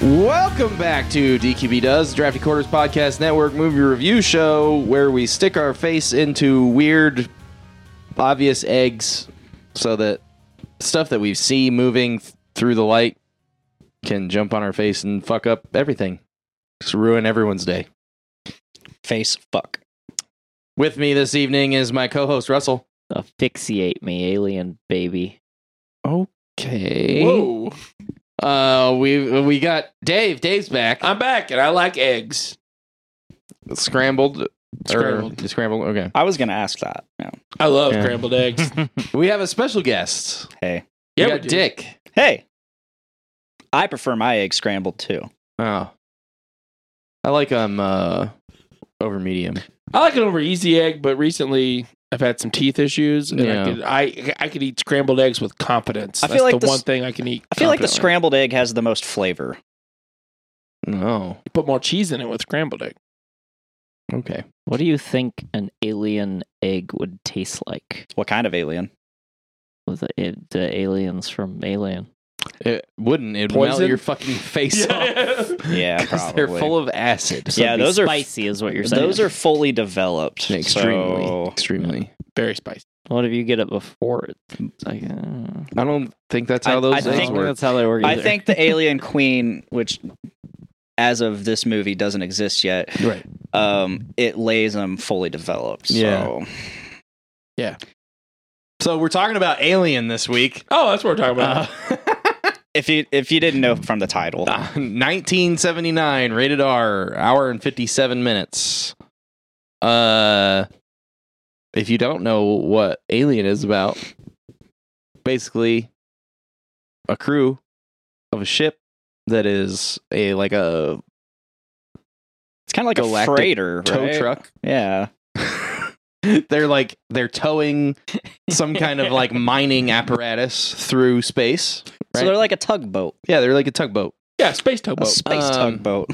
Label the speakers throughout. Speaker 1: Welcome back to DQB Does, the Drafty Quarters Podcast Network movie review show where we stick our face into weird, obvious eggs so that stuff that we see moving th- through the light can jump on our face and fuck up everything. Just ruin everyone's day.
Speaker 2: Face fuck.
Speaker 1: With me this evening is my co host, Russell.
Speaker 2: Asphyxiate me, alien baby.
Speaker 1: Okay. Uh, we we got Dave. Dave's back.
Speaker 3: I'm back and I like eggs.
Speaker 1: scrambled.
Speaker 3: Scrambled.
Speaker 1: Or, scrambled. Okay.
Speaker 2: I was gonna ask that. Yeah.
Speaker 3: I love
Speaker 1: Yeah.
Speaker 3: scrambled eggs.
Speaker 1: We have a special guest.
Speaker 2: Hey.
Speaker 1: We
Speaker 3: Yeah,
Speaker 1: got
Speaker 3: we do.
Speaker 1: Dick.
Speaker 2: Hey. I prefer my egg scrambled too.
Speaker 1: Oh. I like um uh over medium.
Speaker 3: I like it over easy egg, but recently I've had some teeth issues, and
Speaker 1: Yeah.
Speaker 3: I, could, I I could eat scrambled eggs with confidence.
Speaker 2: I
Speaker 3: That's
Speaker 2: feel like
Speaker 3: the
Speaker 2: this-
Speaker 3: one thing I can eat.
Speaker 2: I feel like the
Speaker 3: confidently.
Speaker 2: scrambled egg has the most flavor.
Speaker 1: No.
Speaker 3: You put more cheese in it with scrambled egg.
Speaker 1: Okay.
Speaker 4: What do you think an alien egg would taste like?
Speaker 2: What kind of alien?
Speaker 4: With the, it- the aliens from Alien.
Speaker 1: It wouldn't. It'd melt
Speaker 3: Poison?
Speaker 1: your fucking face off.
Speaker 2: Yeah,
Speaker 1: 'Cause they're
Speaker 2: probably.
Speaker 1: full of acid.
Speaker 4: So
Speaker 2: Yeah,
Speaker 4: it'd be
Speaker 2: those are-
Speaker 4: spicy, is what you're saying.
Speaker 2: Those are fully developed.
Speaker 1: Extremely.
Speaker 2: so-
Speaker 1: Extremely.
Speaker 3: Very spicy.
Speaker 4: What if you get it before it? It's like, uh,
Speaker 1: I don't think that's
Speaker 2: I-
Speaker 1: how those
Speaker 2: I
Speaker 4: I
Speaker 1: things
Speaker 4: think
Speaker 2: think-
Speaker 1: work.
Speaker 4: that's how they work.
Speaker 2: I
Speaker 4: either.
Speaker 2: think the alien queen, which as of this movie doesn't exist yet,
Speaker 3: Right.
Speaker 2: um, it lays them fully developed. So
Speaker 1: Yeah. So we're talking about Alien this week.
Speaker 3: Oh, that's what we're talking about.
Speaker 1: Uh,
Speaker 2: if you if you didn't know from the title,
Speaker 1: Ah. 1979, Uh, rated R, hour and 57 minutes. Uh, if you don't know what Alien is about, basically a crew of a ship that is a like a
Speaker 2: it's kind of like a
Speaker 1: Galactic
Speaker 2: freighter
Speaker 1: tow
Speaker 2: right?
Speaker 1: truck.
Speaker 2: Yeah,
Speaker 1: they're like they're towing some kind of like mining apparatus through space.
Speaker 2: so
Speaker 1: Right.
Speaker 2: they're like a tugboat,
Speaker 1: Yeah, they're like a tugboat.
Speaker 3: yeah, space
Speaker 2: a
Speaker 3: towboat.
Speaker 2: space
Speaker 1: Um,
Speaker 2: tugboat.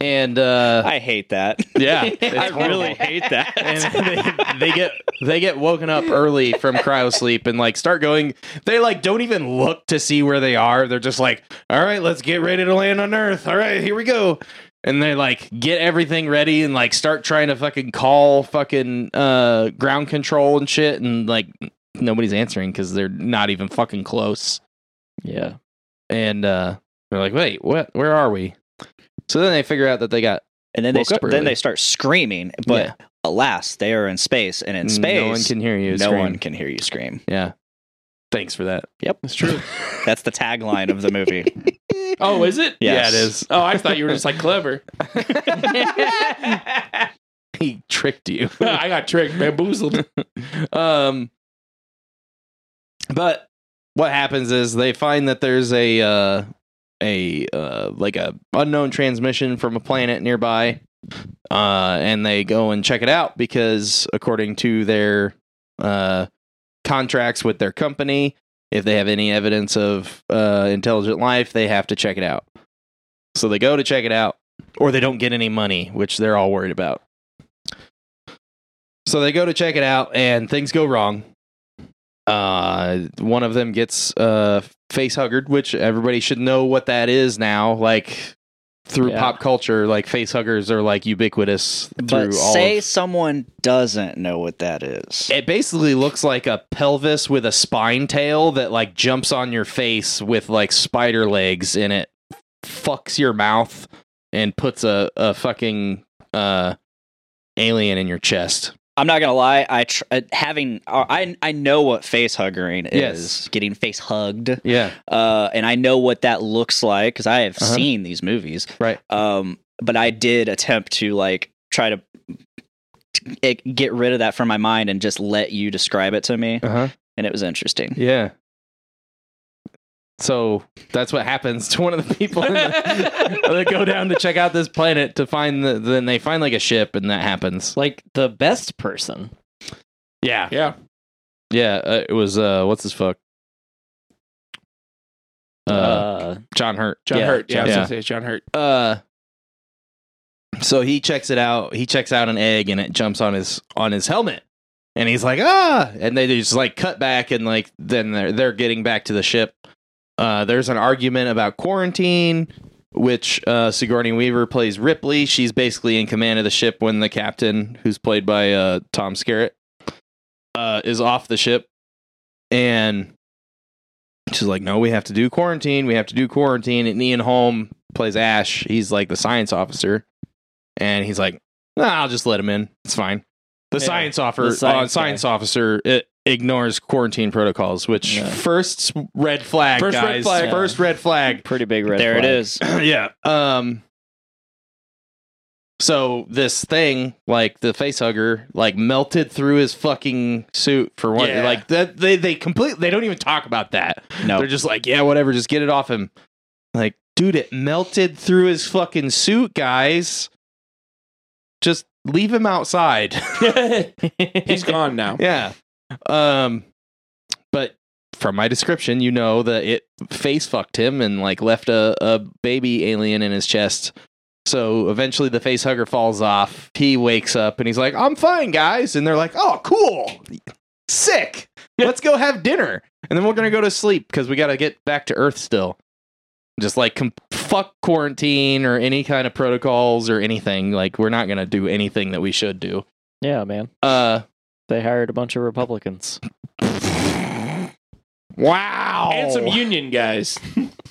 Speaker 1: And uh
Speaker 2: I hate that.
Speaker 1: yeah, it's
Speaker 2: I
Speaker 1: horrible.
Speaker 2: really hate that.
Speaker 1: and they, they get they get woken up early from cryo sleep and like start going they like don't even look to see where they are they're just like all right let's get ready to land on earth all right here we go and they like get everything ready and like start trying to fucking call fucking uh ground control and shit and like nobody's answering because they're not even fucking close
Speaker 4: Yeah.
Speaker 1: and uh they're like wait what where are we so then they figure out that they got
Speaker 2: and then they
Speaker 1: woke up
Speaker 2: start, then
Speaker 1: early.
Speaker 2: they start screaming, but
Speaker 1: Yeah.
Speaker 2: alas, they are in space, and in
Speaker 1: Mm,
Speaker 2: space,
Speaker 1: no one can hear you
Speaker 2: no
Speaker 1: scream.
Speaker 2: one can hear you scream.
Speaker 1: yeah thanks for that
Speaker 2: Yep,
Speaker 3: It's true.
Speaker 2: that's the tagline of the movie.
Speaker 3: Oh, is it?
Speaker 2: Yes.
Speaker 1: yeah it is
Speaker 3: Oh, I thought you were just like clever.
Speaker 1: he tricked you.
Speaker 3: I got tricked, bamboozled.
Speaker 1: um, but what happens is they find that there's a uh, a uh, like a unknown transmission from a planet nearby, uh, and they go and check it out because according to their uh, contracts with their company, if they have any evidence of uh, intelligent life, they have to check it out. So they go to check it out, or they don't get any money, which they're all worried about. So they go to check it out, and things go wrong. Uh, one of them gets uh face huggered, which everybody should know what that is now. Like through
Speaker 4: Yeah.
Speaker 1: pop culture, like face huggers are like ubiquitous through
Speaker 2: But
Speaker 1: all.
Speaker 2: say
Speaker 1: of-
Speaker 2: someone doesn't know what that is.
Speaker 1: it basically looks like a pelvis with a spine tail that like jumps on your face with like spider legs, and it fucks your mouth and puts a a fucking uh alien in your chest.
Speaker 2: I'm not gonna lie. I tr- uh, having uh, I I know what face hugging is.
Speaker 1: Yes.
Speaker 2: Getting face hugged,
Speaker 1: Yeah.
Speaker 2: uh, and I know what that looks like because I have
Speaker 1: Uh-huh.
Speaker 2: seen these movies.
Speaker 1: Right.
Speaker 2: Um, but I did attempt to like try to it, get rid of that from my mind and just let you describe it to me,
Speaker 1: Uh huh.
Speaker 2: and it was interesting.
Speaker 1: Yeah. So that's what happens to one of the people in the, that go down to check out this planet to find the. Then they find like a ship, and that happens.
Speaker 4: Like the best person.
Speaker 1: Yeah.
Speaker 3: Yeah.
Speaker 1: Yeah. Uh, it was uh, what's his fuck?
Speaker 4: Uh,
Speaker 1: Uh, John Hurt.
Speaker 3: John
Speaker 4: Yeah,
Speaker 3: Hurt. Yeah, I was
Speaker 1: John-
Speaker 3: gonna say it's John Hurt.
Speaker 1: uh so he checks it out he checks out an egg and it jumps on his on his helmet and he's like ah and they just like cut back and like then they're they're getting back to the ship uh there's an argument about quarantine which uh, Sigourney Weaver plays Ripley. She's basically in command of the ship when the captain, who's played by uh, Tom Skerritt, uh, is off the ship, and she's like, "No, we have to do quarantine. We have to do quarantine." And Ian Holm plays Ash. He's like the science officer, and he's like, nah, "I'll just let him in. It's fine." The
Speaker 2: Yeah.
Speaker 1: science officer,
Speaker 2: The science
Speaker 1: uh, science officer, it ignores quarantine protocols, which
Speaker 2: Yeah.
Speaker 1: first red flag,
Speaker 3: First red
Speaker 1: guys.
Speaker 3: flag.
Speaker 1: First red flag
Speaker 4: Pretty big red.
Speaker 2: there it
Speaker 4: flag.
Speaker 2: is.
Speaker 1: yeah. Um. So this thing, like the face hugger, like melted through his fucking suit for one.
Speaker 3: Yeah.
Speaker 1: Like that, they they complete. They don't even talk about that.
Speaker 2: No.
Speaker 1: They're just like, yeah, whatever. Just get it off him. Like, dude, it melted through his fucking suit, guys. Just leave him outside.
Speaker 3: He's gone now.
Speaker 1: Yeah. Um but from my description, you know that it face fucked him and like left a, a baby alien in his chest. So eventually the face hugger falls off. He wakes up and he's like, I'm fine, guys. And they're like, Oh, cool. Sick. Let's go have dinner. And then we're gonna go to sleep because we gotta get back to Earth still. Just like com- fuck quarantine or any kind of protocols or anything. Like we're not gonna do anything that we should do.
Speaker 4: Yeah, man.
Speaker 1: Uh
Speaker 4: They hired a bunch of Republicans.
Speaker 1: Wow.
Speaker 3: And some union guys.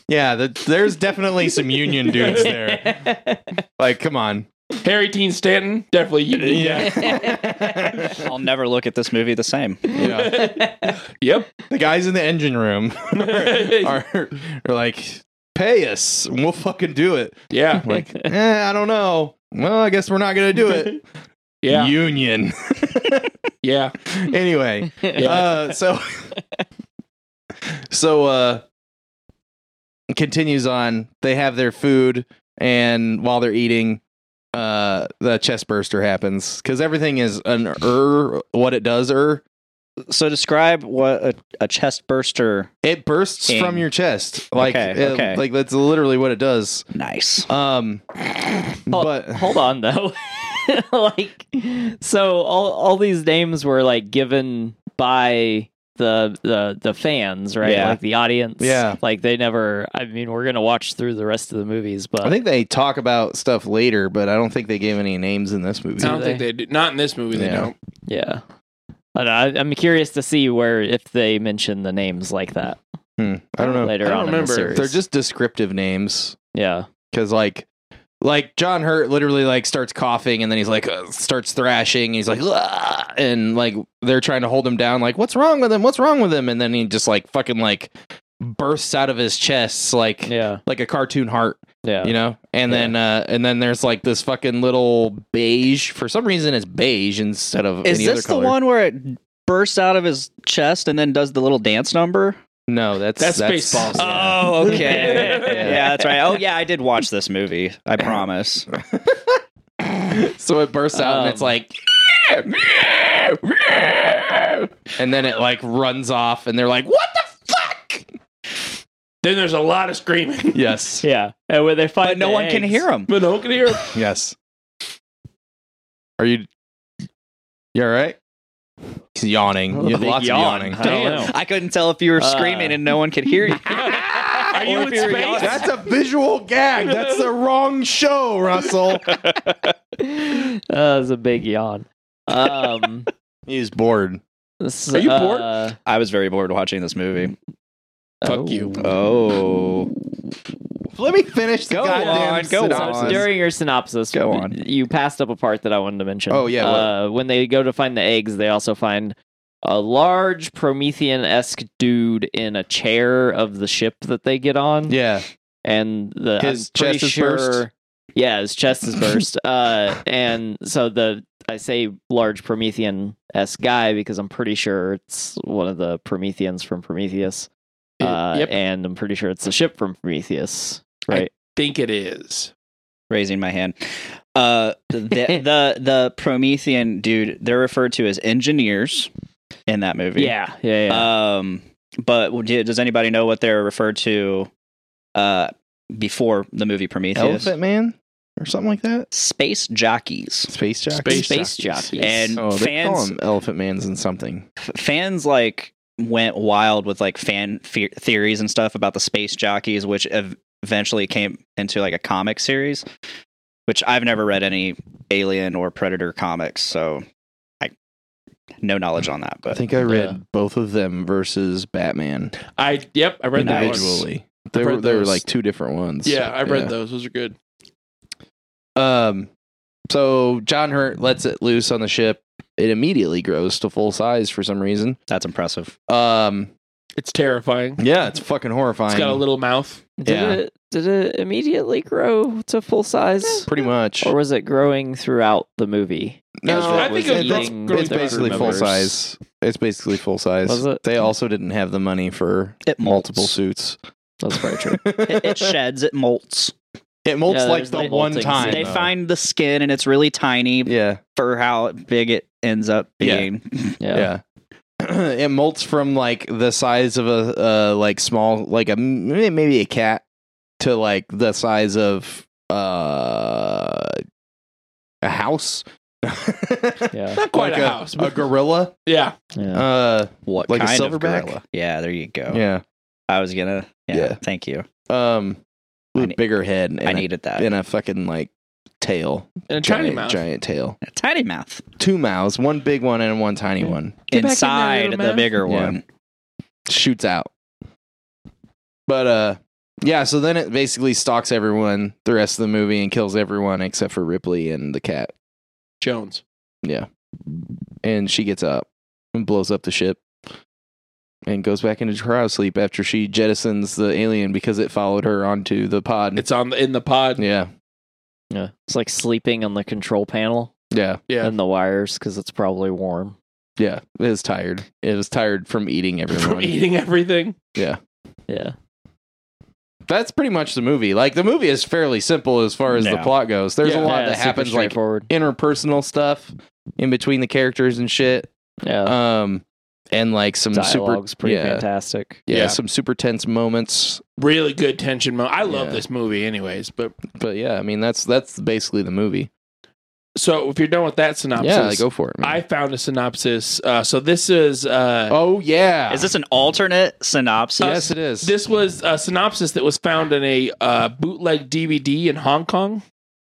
Speaker 1: yeah, the, there's definitely some union dudes there. Like, come on.
Speaker 3: Harry Teen Stanton, definitely union guy.
Speaker 2: I'll never look at this movie the same.
Speaker 1: Yeah.
Speaker 3: Yep.
Speaker 1: The guys in the engine room are, are like, pay us and we'll fucking do it.
Speaker 3: yeah.
Speaker 1: Like, eh, I don't know. Well, I guess we're not going to do it.
Speaker 3: Yeah.
Speaker 1: Union.
Speaker 3: yeah.
Speaker 1: anyway.
Speaker 3: Yeah.
Speaker 1: uh, so so uh continues on they have their food and while they're eating uh the chest burster happens because everything is an er what it does er
Speaker 2: So describe what a, a chest burster.
Speaker 1: it bursts
Speaker 2: King.
Speaker 1: from your chest like
Speaker 2: Okay,
Speaker 1: it-
Speaker 2: okay.
Speaker 1: like that's literally what it does
Speaker 2: Nice.
Speaker 1: um
Speaker 4: Hold-
Speaker 1: but
Speaker 4: Hold on though. like so all all these names were like given by the the the fans, right?
Speaker 2: Yeah.
Speaker 4: Like the audience.
Speaker 1: Yeah.
Speaker 4: Like they never I mean we're gonna watch through the rest of the movies, but
Speaker 1: i think they talk about stuff later but i don't think they gave any names in this movie
Speaker 3: I don't think they do. Not in this movie, they
Speaker 1: Yeah.
Speaker 3: don't.
Speaker 4: yeah. I don't know, I, I'm curious to see where if they mention the names like that
Speaker 1: Hmm, i don't know
Speaker 4: later
Speaker 3: I don't
Speaker 4: on in the
Speaker 3: remember.
Speaker 4: series.
Speaker 1: they're just descriptive names
Speaker 4: yeah,
Speaker 1: because like like john hurt literally like starts coughing and then he's like uh, starts thrashing he's like "Ah," and like they're trying to hold him down like what's wrong with him what's wrong with him and then he just like fucking like bursts out of his chest like
Speaker 4: yeah,
Speaker 1: like a cartoon heart
Speaker 4: yeah,
Speaker 1: you know and
Speaker 4: Yeah.
Speaker 1: then uh and then there's like this fucking little beige for some reason it's beige instead of
Speaker 2: Is
Speaker 1: any
Speaker 2: this
Speaker 1: other
Speaker 2: the
Speaker 1: color.
Speaker 2: one where it bursts out of his chest and then does the little dance number?
Speaker 1: no that's
Speaker 3: That's Spaceballs.
Speaker 2: Oh, okay.
Speaker 1: Yeah.
Speaker 2: yeah. that's right. Oh, yeah, I did watch this movie. I promise.
Speaker 1: so it bursts out and
Speaker 4: Um,
Speaker 1: it's like and then it like runs off and they're like what the fuck
Speaker 3: Then there's a lot of screaming.
Speaker 1: yes
Speaker 4: yeah. And when they find,
Speaker 2: But no
Speaker 4: the
Speaker 2: one can
Speaker 4: eggs-
Speaker 2: hear him.
Speaker 3: but no one can hear him.
Speaker 1: yes are you you all right he's yawning you
Speaker 4: Big
Speaker 1: have lots
Speaker 4: yawn.
Speaker 1: of
Speaker 4: I
Speaker 1: yawning
Speaker 4: don't know.
Speaker 2: I couldn't tell if you were
Speaker 4: Uh.
Speaker 2: screaming and no one could hear you.
Speaker 3: Are you
Speaker 2: Or
Speaker 3: in
Speaker 2: if you're
Speaker 3: space?
Speaker 2: yawning.
Speaker 1: that's a visual gag that's the wrong show russell
Speaker 4: that was a big yawn. Um,
Speaker 1: he's bored
Speaker 4: s-
Speaker 3: Are you bored?
Speaker 4: uh,
Speaker 2: I was very bored watching this movie.
Speaker 3: Fuck
Speaker 4: oh.
Speaker 3: you.
Speaker 1: Uh,
Speaker 2: Oh.
Speaker 1: let me finish the
Speaker 2: Go
Speaker 1: goddamn
Speaker 2: on, go
Speaker 1: synopsis.
Speaker 2: on.
Speaker 4: During your synopsis,
Speaker 2: Go on.
Speaker 4: You passed up a part that I wanted to mention.
Speaker 1: Oh, yeah, what?
Speaker 4: Uh, when they go to find the eggs, they also find a large Promethean esque dude in a chair of the ship that they get on,
Speaker 1: yeah
Speaker 4: and the I'm
Speaker 1: His
Speaker 4: pretty
Speaker 1: chest is
Speaker 4: sure,
Speaker 1: burst?
Speaker 4: Yeah, his chest is burst. uh, and so the I say large Promethean esque guy because I'm pretty sure it's one of the Prometheans from Prometheus. Uh,
Speaker 3: yep.
Speaker 4: and I'm pretty sure it's the ship from Prometheus, right?
Speaker 3: think it is.
Speaker 2: Raising my hand. Uh, the, the the Promethean dude, they're referred to as engineers in that movie.
Speaker 4: yeah, yeah, yeah.
Speaker 2: Um, but do- does anybody know what they're referred to uh, before the movie Prometheus?
Speaker 1: elephant man or something like that
Speaker 2: Space jockeys.
Speaker 1: space jack
Speaker 3: Space
Speaker 4: space
Speaker 3: jockeys.
Speaker 4: jockeys.
Speaker 2: And
Speaker 1: Oh, they call
Speaker 2: fans,
Speaker 1: them elephant mans and something.
Speaker 2: f- fans like went wild with like fan fe- theories and stuff about the space jockeys, which ev- eventually came into like a comic series, which I've never read any Alien or Predator comics, so I no knowledge on that.
Speaker 1: I
Speaker 2: But
Speaker 1: think I read
Speaker 4: Yeah.
Speaker 1: both of them versus Batman
Speaker 3: I yep, I read that one.
Speaker 1: individually. They
Speaker 3: I've
Speaker 1: were
Speaker 3: read
Speaker 1: they were
Speaker 3: those.
Speaker 1: like two different ones.
Speaker 3: Yeah, I read
Speaker 1: Yeah.
Speaker 3: those. Those are good.
Speaker 1: Um, so John Hurt lets it loose on the ship. It immediately grows to full size for some reason.
Speaker 2: that's impressive.
Speaker 1: Um,
Speaker 3: It's terrifying.
Speaker 1: yeah, it's fucking horrifying.
Speaker 3: It's got a little mouth.
Speaker 4: Did
Speaker 1: Yeah.
Speaker 4: it did it immediately grow to full size?
Speaker 1: Pretty much.
Speaker 4: Or was it growing throughout the movie?
Speaker 1: No,
Speaker 4: I
Speaker 1: it
Speaker 4: think
Speaker 1: was-
Speaker 4: it was
Speaker 1: it's,
Speaker 4: growing
Speaker 1: it's
Speaker 4: back
Speaker 1: basically
Speaker 4: through
Speaker 1: full
Speaker 4: members.
Speaker 1: size. It's basically full size.
Speaker 4: Was it?
Speaker 1: They also didn't have the money for
Speaker 2: It molts.
Speaker 1: multiple suits.
Speaker 4: That's very true.
Speaker 2: it, it
Speaker 1: it
Speaker 2: sheds. It molts.
Speaker 1: molts
Speaker 4: Yeah,
Speaker 1: like
Speaker 4: there's
Speaker 1: the
Speaker 4: like
Speaker 1: one
Speaker 4: molting.
Speaker 1: time.
Speaker 2: They
Speaker 1: though.
Speaker 2: find the skin, and it's really tiny
Speaker 1: Yeah,
Speaker 2: for how big it ends up
Speaker 1: Yeah.
Speaker 2: being.
Speaker 4: Yeah.
Speaker 1: yeah. it molts from like the size of a uh, like small like a m- maybe a cat to like the size of uh a house.
Speaker 4: Yeah.
Speaker 3: Not quite
Speaker 1: Like
Speaker 3: a, house,
Speaker 1: A
Speaker 3: but
Speaker 1: gorilla.
Speaker 3: yeah.
Speaker 4: yeah.
Speaker 1: Uh
Speaker 2: What
Speaker 1: Like a
Speaker 2: kind of
Speaker 1: silverback?
Speaker 2: gorilla? Yeah, there you
Speaker 3: Oh.
Speaker 2: go.
Speaker 1: yeah.
Speaker 2: I was gonna. Yeah,
Speaker 1: Yeah.
Speaker 2: thank you.
Speaker 1: Um with
Speaker 2: I
Speaker 1: a
Speaker 2: need-
Speaker 1: bigger head and
Speaker 2: I
Speaker 1: a-
Speaker 2: needed that.
Speaker 1: and a fucking like tail.
Speaker 3: And a tiny
Speaker 1: giant,
Speaker 3: mouth.
Speaker 1: giant tail.
Speaker 2: A tiny mouth
Speaker 1: Two mouths, one big one and one tiny
Speaker 4: Yeah.
Speaker 1: one.
Speaker 3: Get back in there,
Speaker 2: inside the
Speaker 3: little mouth.
Speaker 2: bigger
Speaker 1: Yeah.
Speaker 2: one.
Speaker 1: Shoots out. But uh yeah, so then it basically stalks everyone the rest of the movie and kills everyone except for Ripley and the cat.
Speaker 3: Jones.
Speaker 1: And she gets up and blows up the ship and goes back into cryosleep after she jettisons the alien because it followed her onto the pod.
Speaker 3: It's on the, in the pod.
Speaker 1: yeah.
Speaker 4: Yeah. It's like sleeping on the control panel
Speaker 1: Yeah.
Speaker 3: Yeah.
Speaker 4: and the wires because it's probably warm.
Speaker 1: Yeah. It was tired. It was tired from eating everyone.
Speaker 3: From eating everything.
Speaker 4: Yeah.
Speaker 1: that's pretty much the movie. Like the movie is fairly simple as far as the
Speaker 2: Yeah.
Speaker 1: plot goes. There's
Speaker 3: Yeah.
Speaker 1: a lot
Speaker 4: yeah,
Speaker 1: that
Speaker 4: super
Speaker 1: happens like
Speaker 4: straightforward.
Speaker 1: interpersonal stuff in between the characters and shit.
Speaker 4: yeah.
Speaker 1: Um and like some super
Speaker 4: Dialogue's pretty
Speaker 1: yeah.
Speaker 4: fantastic.
Speaker 1: yeah,
Speaker 3: Yeah.
Speaker 1: some super tense moments.
Speaker 3: Really good tension moment. I love
Speaker 1: Yeah.
Speaker 3: this movie anyways, but
Speaker 1: But yeah, I mean that's that's basically the movie.
Speaker 3: so if you're done with that synopsis,
Speaker 1: Yeah, like, go for it. Man.
Speaker 3: I found a synopsis. Uh, so this is uh,
Speaker 1: oh yeah.
Speaker 2: Is this an alternate synopsis?
Speaker 1: Yes, it is.
Speaker 3: This was a synopsis that was found in a uh, bootleg DVD in Hong Kong.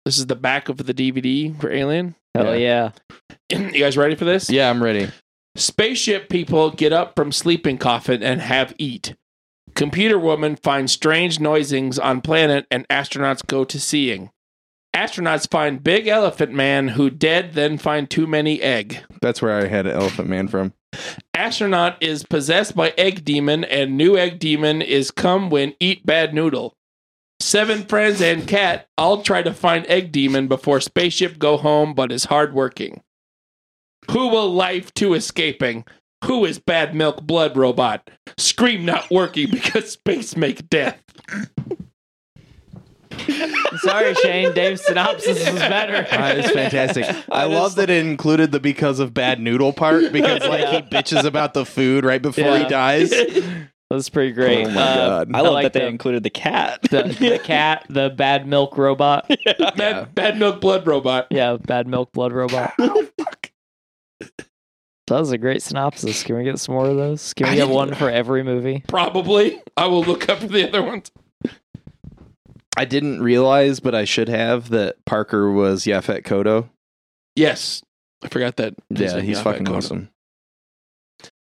Speaker 3: This is the back of the DVD for Alien.
Speaker 4: Hell yeah.
Speaker 3: you guys ready for this?
Speaker 1: yeah, I'm ready.
Speaker 3: Spaceship people get up from sleeping coffin and have eat. Computer woman finds strange noisings on planet and astronauts go to seeing. Astronauts find big elephant man who dead then find too many egg.
Speaker 1: That's where I had Elephant Man from.
Speaker 3: Astronaut is possessed by egg demon and new egg demon is come when eat bad noodle. Seven friends and cat all try to find egg demon before spaceship go home but is hard working. Who will life to escaping? Who is bad milk blood robot? Scream not working because space make death.
Speaker 4: Sorry, Shane. Dave's synopsis is better.
Speaker 1: it's fantastic. I,
Speaker 4: I just-
Speaker 1: love that it included the because of bad noodle part because like he bitches about the food right before he
Speaker 4: Yeah.
Speaker 1: dies.
Speaker 4: That's pretty great.
Speaker 1: Oh my
Speaker 4: Uh,
Speaker 1: God.
Speaker 2: I love
Speaker 4: like
Speaker 2: that they
Speaker 4: the-
Speaker 2: included the cat.
Speaker 4: The, the cat, the bad milk robot.
Speaker 3: Bad, bad milk blood robot.
Speaker 4: Yeah, bad milk blood robot. That was a great synopsis. Can we get some more of those? Can
Speaker 3: I
Speaker 4: we get
Speaker 3: didn't-
Speaker 4: one for every movie?
Speaker 3: Probably. I will look up the other ones.
Speaker 1: I didn't realize, but I should have that Parker was Yafet Kodo.
Speaker 3: Yes. I forgot that.
Speaker 1: Yeah, he's
Speaker 3: I
Speaker 1: fucking
Speaker 3: forgot.
Speaker 1: awesome.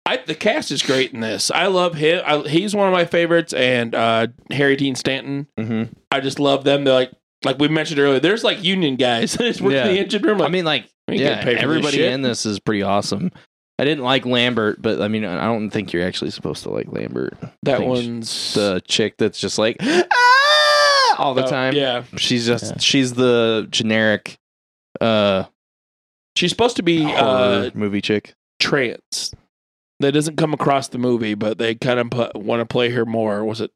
Speaker 3: I, the cast is great in this. I love him. I, he's one of my favorites, and uh, Harry Dean Stanton.
Speaker 1: hmm
Speaker 3: I just love them. They're like, like we mentioned earlier. There's like union guys that just work
Speaker 1: Yeah.
Speaker 3: in the engine room. Like,
Speaker 1: I mean, like,
Speaker 3: we get
Speaker 1: yeah,
Speaker 3: paid for this
Speaker 1: everybody
Speaker 3: shit.
Speaker 1: in this is pretty awesome. I didn't like Lambert, but I mean, I don't think you're actually supposed to like Lambert.
Speaker 3: that
Speaker 1: think
Speaker 3: one's
Speaker 1: The chick that's just like "Ah!" all the
Speaker 3: Oh,
Speaker 1: time.
Speaker 3: Yeah,
Speaker 1: she's just
Speaker 4: Yeah.
Speaker 1: she's the generic uh,
Speaker 3: she's supposed to be
Speaker 1: horror
Speaker 3: uh,
Speaker 1: movie chick.
Speaker 3: trans. That doesn't come across the movie, but they kind of put, want to play her more. Was it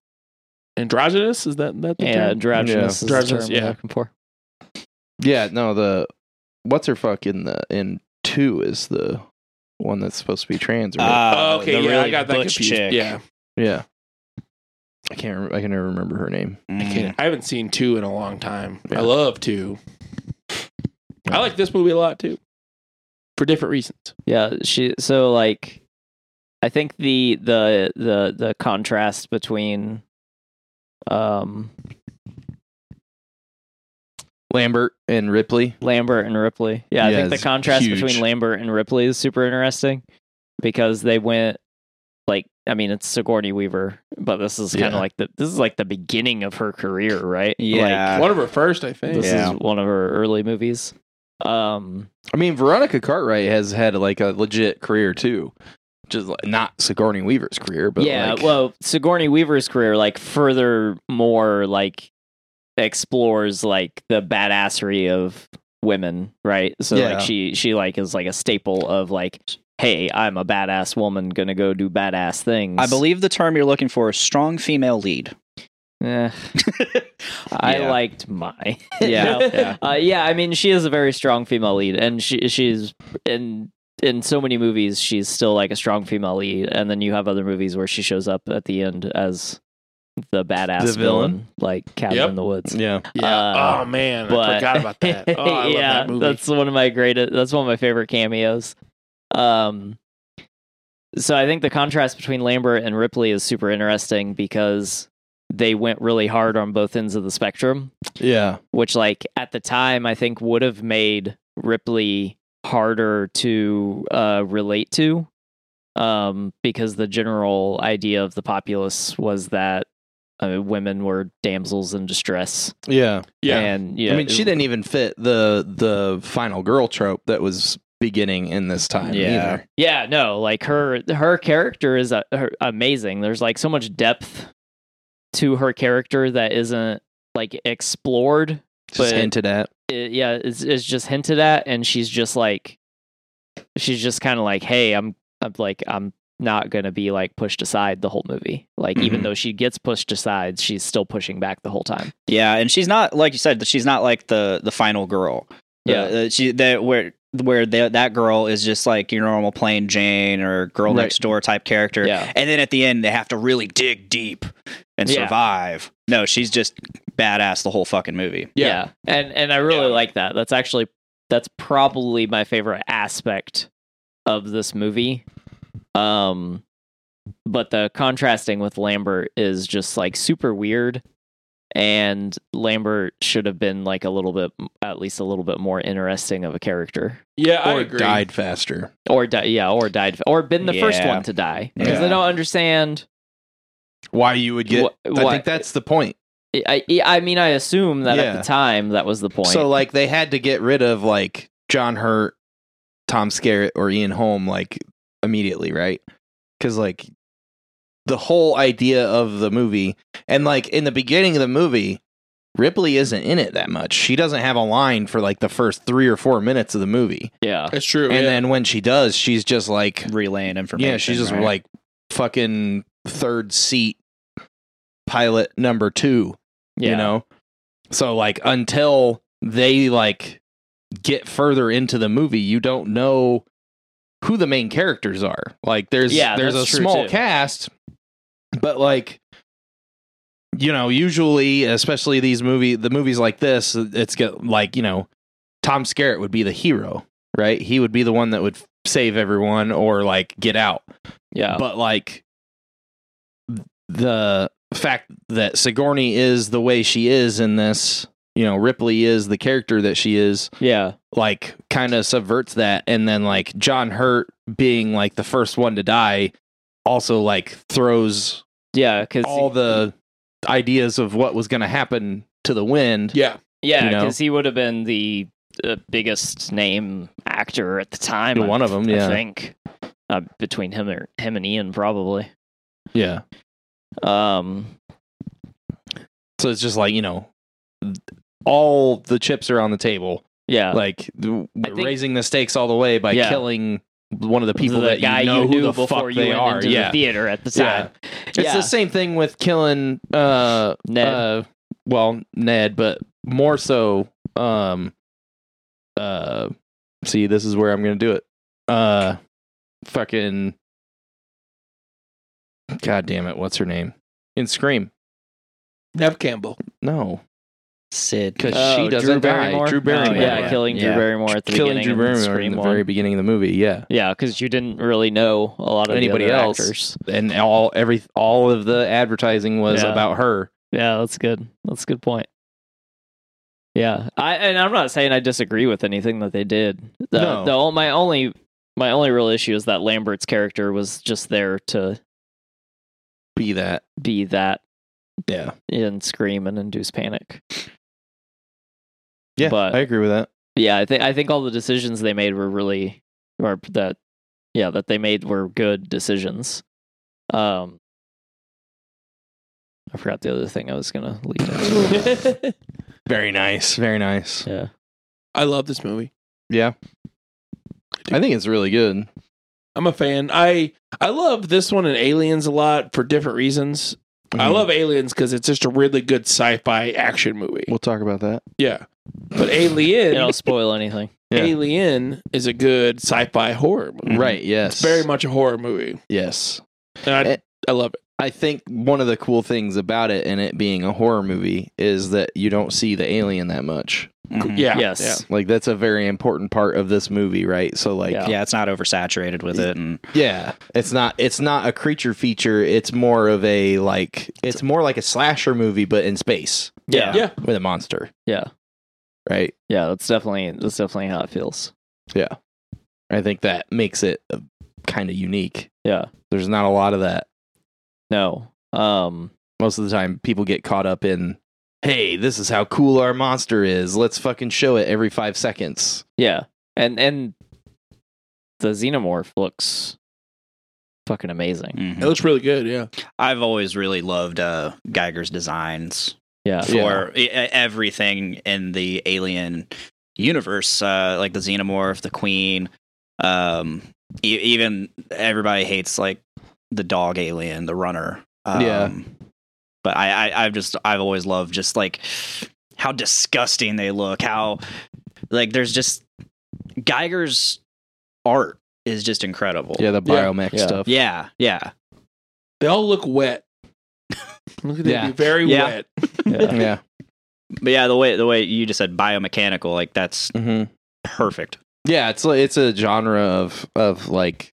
Speaker 3: androgynous? Is that that the
Speaker 4: Yeah,
Speaker 3: term?
Speaker 4: androgynous is the
Speaker 3: Androgynous,
Speaker 4: term yeah.
Speaker 3: yeah.
Speaker 4: we're looking for.
Speaker 1: Yeah, no, the what's her fuck in the in two is the one that's supposed to be trans, right?
Speaker 2: Uh,
Speaker 3: Oh, okay,
Speaker 2: the
Speaker 3: yeah, I
Speaker 2: really
Speaker 3: got that
Speaker 2: butch
Speaker 3: confused.
Speaker 2: chick.
Speaker 3: Yeah,
Speaker 1: yeah. I can't remember I can never remember her name.
Speaker 3: I,
Speaker 2: Mm.
Speaker 3: can't, I haven't seen two in a long time.
Speaker 1: Yeah.
Speaker 3: I love two. I like this movie a lot too, for different reasons.
Speaker 4: Yeah, she so like I think the the the the contrast between um
Speaker 1: Lambert and Ripley.
Speaker 4: Lambert and Ripley.
Speaker 1: Yeah,
Speaker 4: Yeah, I think the
Speaker 1: it's
Speaker 4: contrast
Speaker 1: huge.
Speaker 4: between Lambert and Ripley is super interesting because they went like I mean it's Sigourney Weaver, but this is kind of
Speaker 1: Yeah.
Speaker 4: like the this is like the beginning of her career, right?
Speaker 2: Yeah.
Speaker 3: One of her first, I
Speaker 4: Like
Speaker 3: think.
Speaker 4: this
Speaker 2: Yeah.
Speaker 4: is one of her early movies. Um
Speaker 1: I mean, Veronica Cartwright has had like a legit career too, just like, not Sigourney Weaver's career, but
Speaker 4: yeah,
Speaker 1: like,
Speaker 4: well, Sigourney Weaver's career like furthermore like explores like the badassery of women, right? So
Speaker 1: Yeah.
Speaker 4: like she she like is like a staple of like hey, I'm a badass woman going to go do badass things.
Speaker 2: I believe the term you're looking for is strong female lead.
Speaker 4: Eh, I
Speaker 2: Yeah.
Speaker 4: liked my.
Speaker 2: Yeah.
Speaker 3: Yeah.
Speaker 4: Uh, yeah, I mean, she is a very strong female lead, and she she's in in so many movies she's still like a strong female lead, and then you have other movies where she shows up at the end as the badass
Speaker 1: The villain?
Speaker 4: like Cabin
Speaker 3: Yep.
Speaker 4: in the Woods.
Speaker 1: yeah,
Speaker 4: Uh,
Speaker 3: oh man,
Speaker 4: but-
Speaker 3: I forgot about that. Oh, I love
Speaker 4: yeah,
Speaker 3: that movie.
Speaker 4: that's one of my great. That's one of my favorite cameos. Um, so I think the contrast between Lambert and Ripley is super interesting because they went really hard on both ends of the spectrum,
Speaker 1: yeah,
Speaker 4: which, like at the time, I think would have made Ripley harder to uh, relate to, um, because the general idea of the populace was that uh, women were damsels in distress.
Speaker 1: yeah.
Speaker 3: yeah.
Speaker 4: and yeah,
Speaker 1: I mean, she didn't even fit the the final girl trope that was beginning in this time.
Speaker 2: Yeah.
Speaker 1: either.
Speaker 4: Yeah, no, like her her character is uh her, amazing. There's like so much depth to her character that isn't like explored.
Speaker 1: just
Speaker 4: But-
Speaker 1: hinted at.
Speaker 4: It- yeah, it's it's just hinted at, and she's just like, she's just kind of like, hey, I'm I'm like I'm not gonna be like pushed aside the whole movie. Like even
Speaker 1: Mhm.
Speaker 4: though she gets pushed aside, she's still pushing back the whole time.
Speaker 2: Yeah, and she's not like you said. She's not like the the final girl.
Speaker 4: Yeah.
Speaker 2: Uh, she that where where the, that girl is just like your normal plain Jane or girl
Speaker 1: Right.
Speaker 2: next door type character.
Speaker 4: Yeah,
Speaker 2: And then at the end, they have to really dig deep and
Speaker 4: Yeah.
Speaker 2: survive. No, she's just badass the whole fucking movie.
Speaker 4: yeah, and and I really like that. That's actually that's probably my favorite aspect of this movie. Um, but the contrasting with Lambert is just like super weird, and Lambert should have been like a little bit, at least a little bit more interesting of a character,
Speaker 3: yeah, I
Speaker 1: or
Speaker 3: agree.
Speaker 1: died faster.
Speaker 4: or di- yeah, or died, or been the first
Speaker 2: Yeah.
Speaker 4: one to die because
Speaker 2: Yeah.
Speaker 4: they don't understand.
Speaker 1: Why you would get?
Speaker 4: Wha-
Speaker 1: I
Speaker 4: why-
Speaker 1: think that's the point.
Speaker 4: I, e, I I mean, I assume that at
Speaker 1: Yeah.
Speaker 4: the time that was the point.
Speaker 1: So like they had to get rid of like John Hurt, Tom Skerritt, or Ian Holm like immediately, right? Because like the whole idea of the movie, and like in the beginning of the movie, Ripley isn't in it that much. She doesn't have a line for like the first three or four minutes of the movie,
Speaker 4: yeah,
Speaker 3: That's true.
Speaker 1: and
Speaker 3: Oh, yeah.
Speaker 1: then when she does, she's just like
Speaker 2: Relaying information.
Speaker 1: yeah, she's just
Speaker 2: right?
Speaker 1: like fucking third seat pilot number two
Speaker 4: yeah,
Speaker 1: you know so like until they like get further into the movie you don't know who the main characters are like there's
Speaker 4: Yeah,
Speaker 1: there's a
Speaker 4: that's true,
Speaker 1: small
Speaker 4: too.
Speaker 1: cast but like you know usually especially these movie the movies like this it's get like you know tom skerritt would be the hero right he would be the one that would save everyone or like get out
Speaker 4: yeah.
Speaker 1: but like the fact that Sigourney is the way she is in this, you know, Ripley is the character that she is,
Speaker 4: Yeah.
Speaker 1: like kind of subverts that and then like John Hurt being like the first one to die also like throws
Speaker 4: Yeah. Cause
Speaker 1: all the ideas of what was going to happen to the wind.
Speaker 3: yeah,
Speaker 4: yeah.
Speaker 1: you know?
Speaker 4: Cause he would have been the uh, biggest name actor at the time. I-
Speaker 1: One of 'em, yeah.
Speaker 4: I think uh, between him or him and Ian probably.
Speaker 1: Yeah.
Speaker 4: Um.
Speaker 1: So it's just like, you know, all the chips are on the table.
Speaker 4: Yeah.
Speaker 1: like th-
Speaker 4: I think-
Speaker 1: raising the stakes all the way by
Speaker 4: Yeah.
Speaker 1: killing one of the people
Speaker 4: the
Speaker 1: that
Speaker 4: guy
Speaker 1: you know who
Speaker 4: knew
Speaker 1: the
Speaker 4: before
Speaker 1: fuck
Speaker 4: you
Speaker 1: they
Speaker 4: went
Speaker 1: are.
Speaker 4: into
Speaker 1: Yeah,
Speaker 4: the theater at the
Speaker 1: Yeah.
Speaker 4: time.
Speaker 1: it's the same thing with killing. Uh,
Speaker 4: Ned.
Speaker 1: uh, well, Ned, but more so. Um, uh, see, this is where I'm gonna do it. Uh, fucking. God damn it! What's her name? In Scream?
Speaker 3: Nev Campbell.
Speaker 1: No,
Speaker 2: Sid.
Speaker 1: because
Speaker 4: Oh,
Speaker 1: she
Speaker 4: Drew
Speaker 1: doesn't die.
Speaker 4: Barrymore?
Speaker 1: Drew
Speaker 2: Oh,
Speaker 1: Barrymore.
Speaker 4: yeah,
Speaker 2: yeah.
Speaker 4: killing Drew
Speaker 2: Yeah.
Speaker 4: Barrymore at the
Speaker 1: killing Drew
Speaker 4: beginning and
Speaker 1: Barrymore in
Speaker 4: Scream
Speaker 1: the
Speaker 4: one.
Speaker 1: very beginning of the movie. Yeah.
Speaker 4: Yeah, because you didn't really know a lot of the
Speaker 1: Anybody
Speaker 4: other
Speaker 1: else.
Speaker 4: Actors.
Speaker 1: and all every all of the advertising was
Speaker 4: Yeah.
Speaker 1: about her.
Speaker 4: Yeah, that's good. That's a good point. Yeah, I and I'm not saying I disagree with anything that they did. The,
Speaker 1: No.
Speaker 4: the ol- my only my only real issue is that Lambert's character was just there to
Speaker 1: Be that.
Speaker 4: be that
Speaker 1: Yeah.
Speaker 4: and scream and induce panic.
Speaker 1: Yeah.
Speaker 4: But-
Speaker 1: I agree with that.
Speaker 4: Yeah, I think I think all the decisions they made were really or that yeah, that they made were good decisions. Um I forgot the other thing I was gonna lead out.
Speaker 1: Very nice. Very nice.
Speaker 4: yeah.
Speaker 3: I love this movie.
Speaker 1: Yeah. I think it's really good.
Speaker 3: I'm a fan. I I love this one and Aliens a lot for different reasons. I
Speaker 1: Mhm.
Speaker 3: love Aliens because it's just a really good sci-fi action movie.
Speaker 1: We'll talk about that.
Speaker 3: Yeah, but Alien,
Speaker 4: You don't spoil anything.
Speaker 1: Yeah.
Speaker 3: Alien is a good sci-fi horror movie.
Speaker 1: Right. Yes.
Speaker 3: It's very much a horror movie,
Speaker 1: Yes.
Speaker 3: and I
Speaker 1: Eh.
Speaker 3: I love it.
Speaker 1: I think one of the cool things about it and it being a horror movie is that you don't see the alien that much.
Speaker 2: Mhm.
Speaker 3: Yeah,
Speaker 4: yes.
Speaker 1: Like that's a very important part of this movie, right? So like
Speaker 4: Yeah.
Speaker 1: yeah.
Speaker 2: Yeah, it's not oversaturated with it, and
Speaker 1: It's not it's not a creature feature, it's more of a like it's more like a slasher movie but in space
Speaker 3: yeah,
Speaker 4: Yeah.
Speaker 3: yeah.
Speaker 1: with a monster.
Speaker 4: Yeah.
Speaker 1: Right?
Speaker 4: Yeah, that's definitely that's definitely how it feels.
Speaker 1: I think that makes it kind of unique.
Speaker 4: Yeah.
Speaker 1: There's not a lot of that.
Speaker 4: No. Um
Speaker 1: most of the time people get caught up in hey this is how cool our monster is let's fucking show it every five seconds
Speaker 4: yeah. And and the xenomorph looks fucking amazing.
Speaker 3: It looks really good. Yeah,
Speaker 2: mm-hmm. I've always really loved uh, Geiger's designs
Speaker 4: Yeah.
Speaker 2: for e- e- everything in the Alien universe, uh, like the Xenomorph, the Queen. Um, e- even everybody hates like the dog alien, the runner. Um,
Speaker 1: Yeah.
Speaker 2: But I, I, I've just, I've always loved just like how disgusting they look. How like there's just Geiger's art is just incredible.
Speaker 1: yeah the
Speaker 3: Yeah.
Speaker 1: biomech
Speaker 4: Yeah.
Speaker 1: stuff
Speaker 2: Yeah. Yeah.
Speaker 3: they all look wet. Look at them,
Speaker 1: Yeah.
Speaker 3: be very
Speaker 2: Yeah.
Speaker 3: wet.
Speaker 4: Yeah.
Speaker 1: yeah
Speaker 2: But yeah, the way the way you just said biomechanical, like that's
Speaker 1: hmm
Speaker 2: perfect.
Speaker 1: yeah it's like it's a genre of of like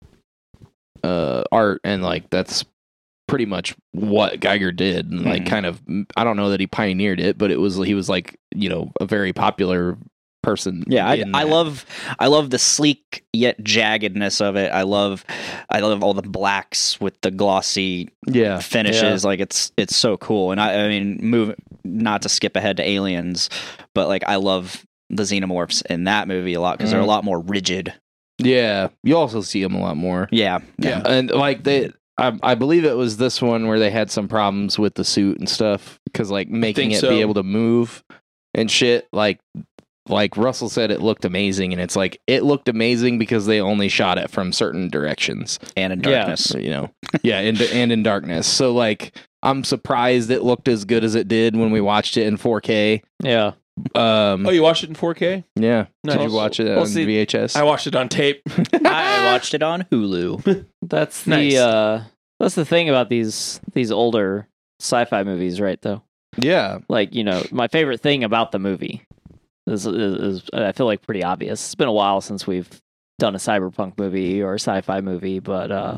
Speaker 1: uh art and like that's pretty much what geiger did and like
Speaker 2: Mhm.
Speaker 1: kind of i don't know that he pioneered it but it was he was like you know a very popular person
Speaker 2: Yeah, I,
Speaker 1: in
Speaker 2: I
Speaker 1: that.
Speaker 2: love I love the sleek yet jaggedness of it. I love I love all the blacks with the glossy uh,
Speaker 1: yeah
Speaker 2: finishes. Like it's it's so cool. And I I mean move not to skip ahead to aliens, but like I love the xenomorphs in that movie a lot because they're a
Speaker 1: Mhm.
Speaker 2: lot more rigid.
Speaker 1: yeah you also see him a lot more
Speaker 2: Yeah.
Speaker 3: Yeah.
Speaker 1: and like they I, I believe it was this one where they had some problems with the suit and stuff because like making
Speaker 3: think
Speaker 1: it
Speaker 3: so.
Speaker 1: be able to move and shit like like russell said it looked amazing and it's like it looked amazing because they only shot it from certain directions
Speaker 2: And in
Speaker 4: Yeah.
Speaker 2: darkness.
Speaker 1: so, you know yeah and, and in darkness so like i'm surprised it looked as good as it did when we watched it in 4k
Speaker 4: Yeah.
Speaker 1: um
Speaker 3: Oh, you watched it in 4K?
Speaker 1: yeah
Speaker 3: Nice.
Speaker 1: did you watch it
Speaker 4: Well,
Speaker 1: on
Speaker 4: see,
Speaker 1: vhs
Speaker 3: I watched it on tape.
Speaker 2: I watched it on Hulu.
Speaker 4: That's the
Speaker 3: Nice.
Speaker 4: uh that's the thing about these these older sci-fi movies, right though.
Speaker 1: yeah
Speaker 4: Like, you know, my favorite thing about the movie is, is, is I feel like pretty obvious. It's been a while since we've done a cyberpunk movie or a sci-fi movie, but uh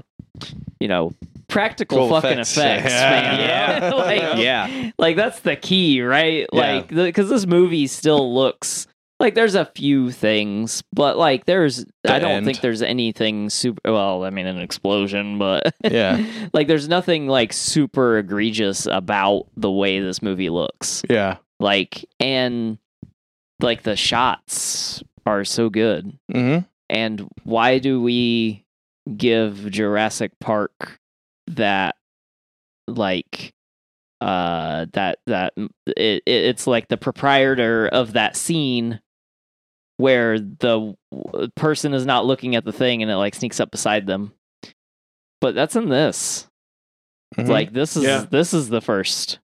Speaker 4: you know, practical
Speaker 1: Cool
Speaker 4: fucking
Speaker 1: effects.
Speaker 4: effects,
Speaker 1: Yeah.
Speaker 4: man.
Speaker 1: Yeah.
Speaker 4: like,
Speaker 2: yeah.
Speaker 4: like that's the key right
Speaker 1: Yeah.
Speaker 4: like because this movie still looks like there's a few things but like there's
Speaker 1: The
Speaker 4: i don't
Speaker 1: end.
Speaker 4: think there's anything super well i mean an explosion but
Speaker 1: Yeah.
Speaker 4: like there's nothing like super egregious about the way this movie looks
Speaker 1: yeah
Speaker 4: like and like the shots are so good
Speaker 1: mm-hmm.
Speaker 4: and why do we give Jurassic Park that like uh that that it, it it's like the proprietor of that scene where the w- person is not looking at the thing and it like sneaks up beside them but that's in this like this is
Speaker 3: Yeah.
Speaker 4: this is the first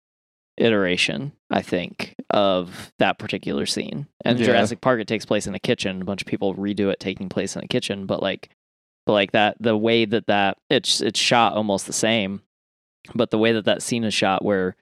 Speaker 4: iteration i think of that particular scene and
Speaker 1: Yeah.
Speaker 4: jurassic park it takes place in a kitchen a bunch of people redo it taking place in a kitchen but like but like that the way that that it's it's shot almost the same but the way that that scene is shot where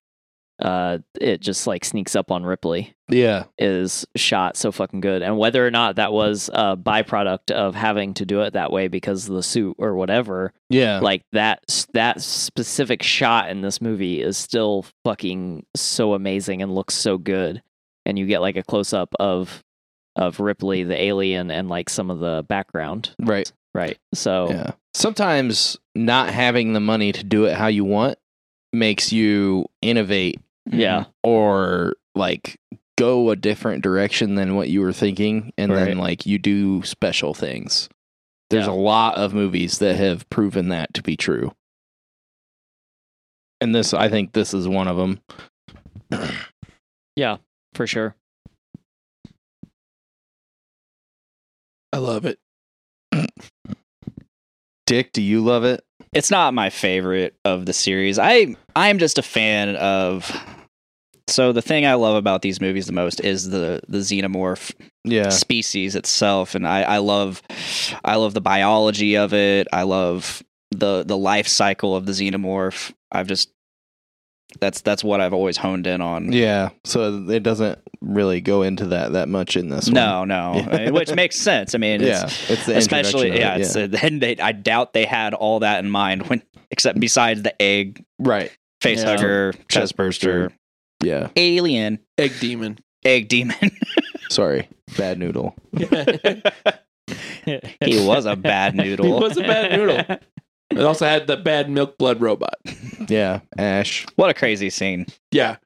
Speaker 4: uh it just like sneaks up on ripley
Speaker 1: yeah
Speaker 4: is shot so fucking good and whether or not that was a byproduct of having to do it that way because of the suit or whatever
Speaker 1: yeah
Speaker 4: like that that specific shot in this movie is still fucking so amazing and looks so good and you get like a close up of of Ripley the alien and like some of the background,
Speaker 1: Right.
Speaker 4: right? So
Speaker 1: Yeah. Sometimes not having the money to do it how you want makes you innovate
Speaker 4: yeah.
Speaker 1: or like go a different direction than what you were thinking and
Speaker 4: Right.
Speaker 1: then like you do special things. There's
Speaker 4: Yeah.
Speaker 1: a lot of movies that have proven that to be true. And this I think this is one of them.
Speaker 4: for sure.
Speaker 3: I love it.
Speaker 1: Dick, do you love it?
Speaker 2: it's not my favorite of the series. I I'm just a fan of so the thing I love about these movies the most is the the xenomorph
Speaker 1: Yeah.
Speaker 2: species itself and I, I love I love the biology of it. I love the the life cycle of the xenomorph. I've just that's that's what I've always honed in on.
Speaker 1: Yeah. So it doesn't really go into that that much in this
Speaker 2: No, no,
Speaker 1: Yeah.
Speaker 2: which makes sense. I mean,
Speaker 1: one. Yeah.
Speaker 2: it's,
Speaker 1: It's the
Speaker 2: especially
Speaker 1: introduction
Speaker 2: yeah,
Speaker 1: of it,
Speaker 2: it's uh, then they I doubt they had all that in mind when except besides the egg
Speaker 1: right.
Speaker 2: face
Speaker 4: Yeah.
Speaker 2: hugger chest
Speaker 1: Chestburster.
Speaker 2: burster
Speaker 1: Yeah.
Speaker 2: alien
Speaker 3: Egg demon.
Speaker 2: egg demon.
Speaker 1: Sorry. Bad noodle.
Speaker 3: it
Speaker 2: he was a bad
Speaker 3: He
Speaker 2: noodle.
Speaker 3: was a bad noodle. also had the bad milk blood robot.
Speaker 1: Yeah. Ash.
Speaker 2: What a crazy scene.
Speaker 3: Yeah.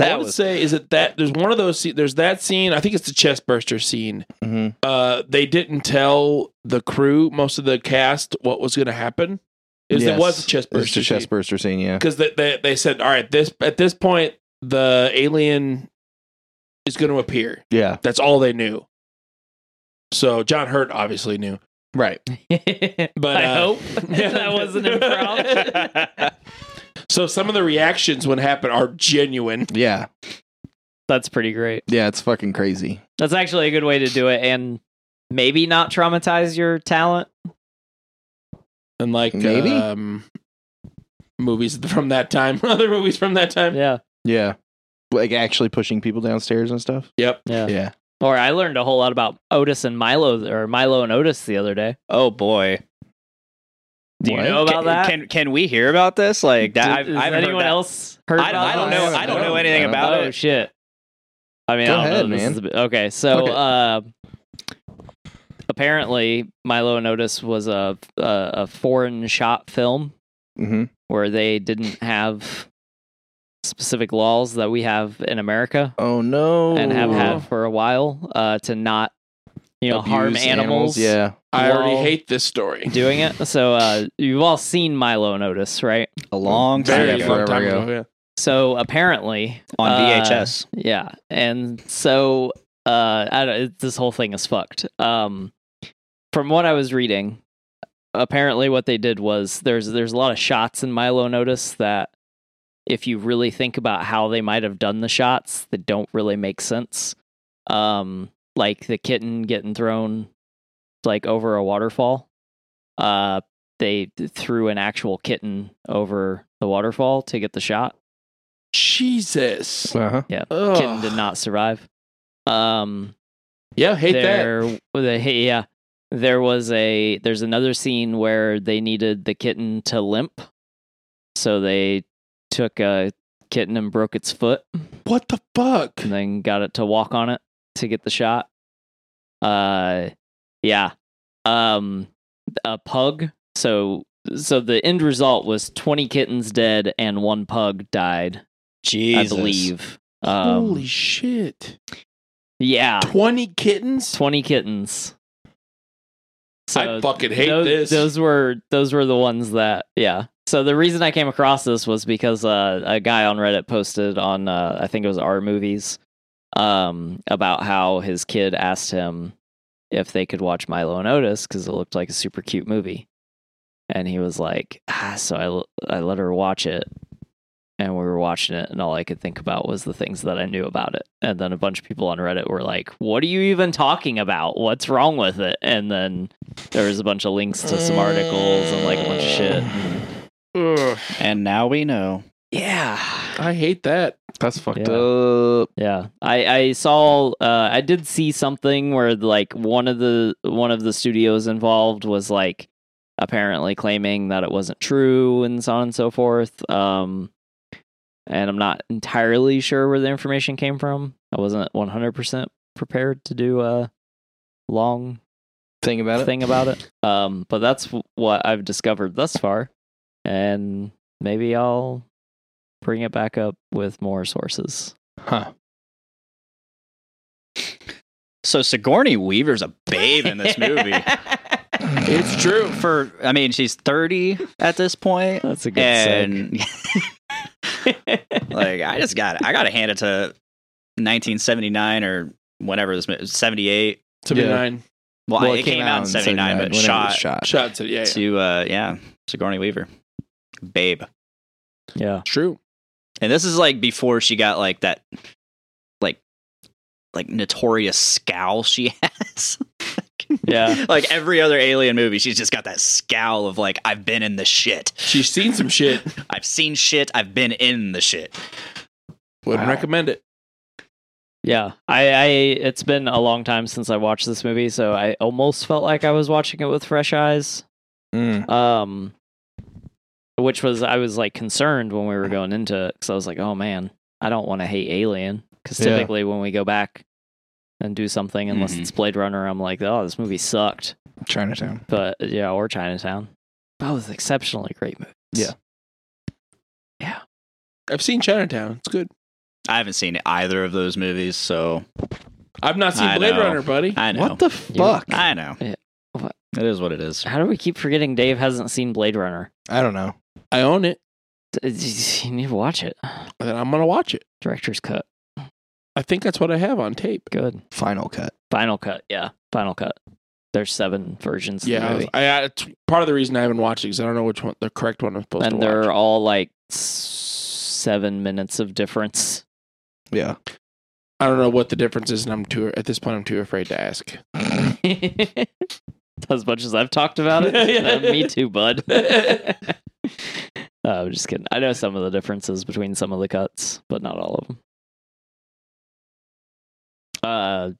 Speaker 3: I
Speaker 2: That
Speaker 3: would
Speaker 2: was
Speaker 3: say is it that there's one of those sce- there's that scene I think it's the chest burster scene.
Speaker 1: Mm-hmm.
Speaker 3: Uh, they didn't tell the crew most of the cast what was going to happen. Is it was a chest
Speaker 1: It's
Speaker 3: burster
Speaker 1: the chestburster scene. Yeah.
Speaker 3: because they, they they said all right this at this point the alien is going to appear.
Speaker 1: Yeah.
Speaker 3: That's all they knew. So John Hurt obviously knew.
Speaker 1: Right.
Speaker 3: But,
Speaker 4: I
Speaker 3: uh,
Speaker 4: hope that wasn't improv.
Speaker 3: So some of the reactions when happen are genuine.
Speaker 1: Yeah.
Speaker 4: That's pretty great.
Speaker 1: Yeah. It's fucking crazy.
Speaker 4: That's actually a good way to do it, and maybe not traumatize your talent.
Speaker 3: And like
Speaker 1: Maybe.
Speaker 3: um movies from that time, other movies from that time.
Speaker 4: Yeah,
Speaker 1: Yeah. Like actually pushing people downstairs and stuff.
Speaker 3: Yep.
Speaker 4: yeah.
Speaker 1: Yeah.
Speaker 4: Or I learned a whole lot about Otis and Milo, or Milo and Otis the other day.
Speaker 2: oh boy.
Speaker 4: Do you
Speaker 1: What?
Speaker 4: know about
Speaker 2: can,
Speaker 4: that?
Speaker 2: Can can we hear about this? Like that I've,
Speaker 4: Did-
Speaker 2: I've
Speaker 4: has
Speaker 2: heard
Speaker 4: anyone
Speaker 2: that.
Speaker 4: else heard?
Speaker 2: I,
Speaker 4: about
Speaker 2: I don't
Speaker 4: this?
Speaker 2: know. I don't know
Speaker 1: I
Speaker 2: anything
Speaker 1: don't
Speaker 2: about
Speaker 4: oh
Speaker 2: it.
Speaker 4: shit! I mean,
Speaker 1: Go
Speaker 4: I don't
Speaker 1: ahead,
Speaker 4: know. This
Speaker 1: man.
Speaker 4: is a bit- okay, so
Speaker 1: Fuck it.
Speaker 4: uh, apparently, Milo and Otis was a, a a foreign shot film
Speaker 1: Mm-hmm.
Speaker 4: where they didn't have specific laws that we have in America
Speaker 1: Oh no.
Speaker 4: and have
Speaker 3: had
Speaker 4: had for a while uh, to not, you know, harm
Speaker 1: Abuse
Speaker 4: animals.
Speaker 1: Yeah.
Speaker 3: I already
Speaker 4: Well-
Speaker 3: hate this story.
Speaker 4: Doing it, so uh, you've all seen Milo and Otis, right?
Speaker 2: A long time
Speaker 3: Very
Speaker 1: Yeah,
Speaker 2: ago
Speaker 1: forever
Speaker 3: long time
Speaker 1: ago.
Speaker 3: ago. yeah.
Speaker 4: So apparently,
Speaker 2: on
Speaker 4: uh,
Speaker 2: VHS.
Speaker 4: Yeah, and so uh, I don't, it- this whole thing is fucked. Um, from what I was reading, apparently what they did was there's there's a lot of shots in Milo Notice that if you really think about how they might have done the shots, that don't really make sense. Um, like the kitten getting thrown like over a waterfall. Uh, they threw an actual kitten over the waterfall to get the shot
Speaker 3: Jesus.
Speaker 1: Uh huh.
Speaker 4: kitten
Speaker 3: Ugh.
Speaker 4: did not survive. Um,
Speaker 3: Yeah, hate that.
Speaker 4: there, the- hey, yeah, there was a there's another scene where they needed the kitten to limp, so they took a kitten and broke its foot,
Speaker 3: What the fuck?
Speaker 4: and then got it to walk on it to get the shot. Uh, yeah, um, a pug. So so the end result was twenty kittens dead and one pug died.
Speaker 2: Jesus.
Speaker 4: I believe. Um,
Speaker 3: Holy shit.
Speaker 4: yeah.
Speaker 3: 20 kittens?
Speaker 4: 20 kittens.
Speaker 3: I fucking hate
Speaker 4: those,
Speaker 3: this.
Speaker 4: Those were those were the ones that yeah. So the reason I came across this was because uh, a guy on Reddit posted on uh, I think it was our movies um, about how his kid asked him if they could watch Milo and Otis because it looked like a super cute movie, and he was like, ah, so I l- I let her watch it. And we were watching it, and all I could think about was the things that I knew about it. And then a bunch of people on Reddit were like, "What are you even talking about? What's wrong with it?" And then there was a bunch of links to some articles and like a bunch of shit.
Speaker 3: Mm. Ugh,
Speaker 2: And now we know.
Speaker 4: Yeah.
Speaker 3: I hate that.
Speaker 1: That's fucked
Speaker 4: Yeah.
Speaker 1: up.
Speaker 4: Yeah. I I saw uh I did see something where like one of the one of the studios involved was like apparently claiming that it wasn't true and so on and so forth. Um and I'm not entirely sure where the information came from. I wasn't 100% prepared to do a long
Speaker 1: Think about it.
Speaker 4: thing about it. Um, but that's w- what I've discovered thus far, and maybe I'll bring it back up with more sources.
Speaker 1: Huh.
Speaker 2: So Sigourney Weaver's a babe in this movie.
Speaker 3: It's true.
Speaker 2: For I mean, she's thirty at this point,
Speaker 4: That's a good and...
Speaker 2: and like I just got I got to hand it to 1979 or whenever this mo- 78.
Speaker 3: Seventy nine
Speaker 2: Well, it, came, out in 79, but
Speaker 1: whenever it
Speaker 2: shot,
Speaker 1: was shot.
Speaker 3: shots. Yeah, yeah.
Speaker 2: to uh yeah, Sigourney Weaver. Babe.
Speaker 4: Yeah.
Speaker 3: True.
Speaker 2: And this is like before she got like that like like notorious scowl she has.
Speaker 4: Yeah.
Speaker 2: like every other alien movie, she's just got that scowl of like I've been in the shit.
Speaker 3: She's seen some shit.
Speaker 2: I've seen shit. I've been in the shit.
Speaker 3: Wouldn't
Speaker 1: Wow.
Speaker 3: recommend it.
Speaker 4: Yeah. I, I it's been a long time since I watched this movie, so I almost felt like I was watching it with fresh eyes.
Speaker 1: Mm.
Speaker 4: Um which was I was like concerned when we were going into it cuz I was like, "Oh man, I don't want to hate Alien cuz
Speaker 1: Yeah.
Speaker 4: typically when we go back and do something unless
Speaker 2: Mhm.
Speaker 4: it's Blade Runner, I'm like, "Oh, this movie sucked."
Speaker 1: Chinatown.
Speaker 4: But yeah, or Chinatown. Both exceptionally great movies.
Speaker 1: Yeah.
Speaker 3: I've seen Chinatown. It's good.
Speaker 2: I haven't seen either of those movies, so
Speaker 3: I've not seen
Speaker 2: I
Speaker 3: Blade
Speaker 2: know.
Speaker 3: Runner, buddy.
Speaker 2: I know.
Speaker 1: What the fuck? I,
Speaker 2: I know.
Speaker 4: Yeah. What?
Speaker 2: It is what it is.
Speaker 4: How do we keep forgetting Dave hasn't seen Blade Runner?
Speaker 1: don't know.
Speaker 3: I own it,
Speaker 4: You need to watch it.
Speaker 3: and I'm gonna watch it.
Speaker 4: Director's cut.
Speaker 3: I think that's what I have on tape.
Speaker 4: Good.
Speaker 1: Final cut.
Speaker 4: Final cut. Yeah. Final cut. There's seven versions of the
Speaker 3: Yeah,
Speaker 4: movie.
Speaker 3: I, I, it's part of the reason I haven't watched it because I don't know which one the correct one I'm supposed
Speaker 4: and
Speaker 3: to watch.
Speaker 4: they're all like s- seven minutes of difference.
Speaker 1: Yeah.
Speaker 3: I don't know what the difference is, and I'm too at this point I'm too afraid to ask.
Speaker 4: as much as I've talked about it, uh, me too, bud. Uh, I'm just kidding. I know some of the differences between some of the cuts, but not all of them. Uh,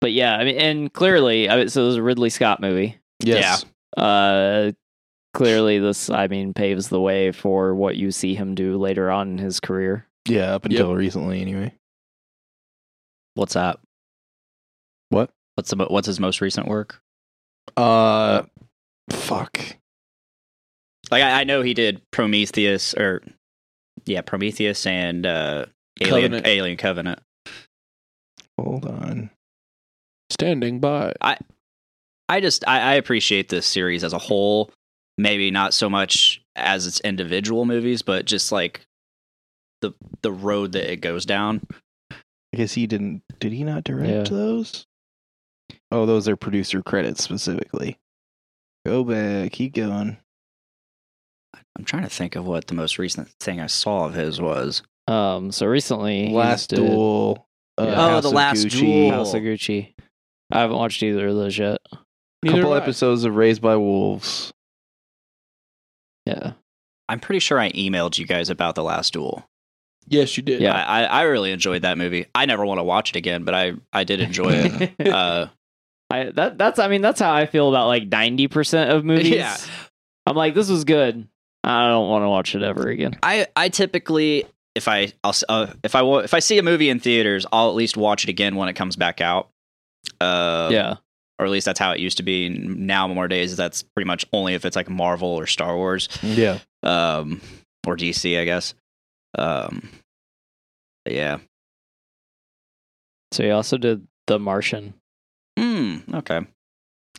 Speaker 4: but yeah, I mean, and clearly, I mean, so it was a Ridley Scott movie.
Speaker 1: Yes.
Speaker 4: uh clearly this i mean paves the way for what you see him do later on in his career
Speaker 1: Yeah. up
Speaker 3: Yep.
Speaker 1: until recently, anyway.
Speaker 2: What's up?
Speaker 1: What?
Speaker 2: What's the, mo- what's his most recent work?
Speaker 1: Uh, fuck.
Speaker 2: Like I, I know he did Prometheus or yeah, Prometheus and uh Alien
Speaker 3: Covenant.
Speaker 2: Alien Covenant.
Speaker 1: Hold on.
Speaker 3: Standing by.
Speaker 2: I just I, I appreciate this series as a whole. Maybe not so much as its individual movies, but just like the the road that it goes down.
Speaker 1: I guess he didn't. Did he not direct
Speaker 4: Yeah.
Speaker 1: those? Oh, those are producer credits specifically. Go back. Keep going.
Speaker 2: I'm trying to think of what the most recent thing I saw of his was.
Speaker 4: um so recently he
Speaker 1: Last
Speaker 4: did
Speaker 1: Duel. Uh,
Speaker 4: Yeah.
Speaker 2: Oh,
Speaker 1: House
Speaker 2: The
Speaker 1: of
Speaker 2: Last
Speaker 1: Gucci,
Speaker 2: Duel.
Speaker 4: house of gucci i haven't watched either of those yet
Speaker 3: Neither
Speaker 1: couple
Speaker 3: have I.
Speaker 1: episodes of Raised by Wolves.
Speaker 4: yeah
Speaker 2: I'm pretty sure I emailed you guys about the last duel.
Speaker 3: Yes, you did.
Speaker 4: Yeah.
Speaker 2: I, I, I really enjoyed that movie. I never want to watch it again, but I, I did enjoy it. Uh,
Speaker 4: I, that that's i mean that's how i feel about like 90% of movies
Speaker 2: Yeah.
Speaker 4: i'm like this was good i don't want to watch it ever again
Speaker 2: I I typically if I I'll, s- uh, if I wa- if I see a movie in theaters, I'll at least watch it again when it comes back out. Uh,
Speaker 4: yeah
Speaker 2: or at least that's how it used to be. And Now more days, that's pretty much only if it's like Marvel or Star Wars,
Speaker 1: Yeah.
Speaker 2: um, or DC, I guess. Um, yeah.
Speaker 4: so he also did the martian
Speaker 2: Hmm. Okay.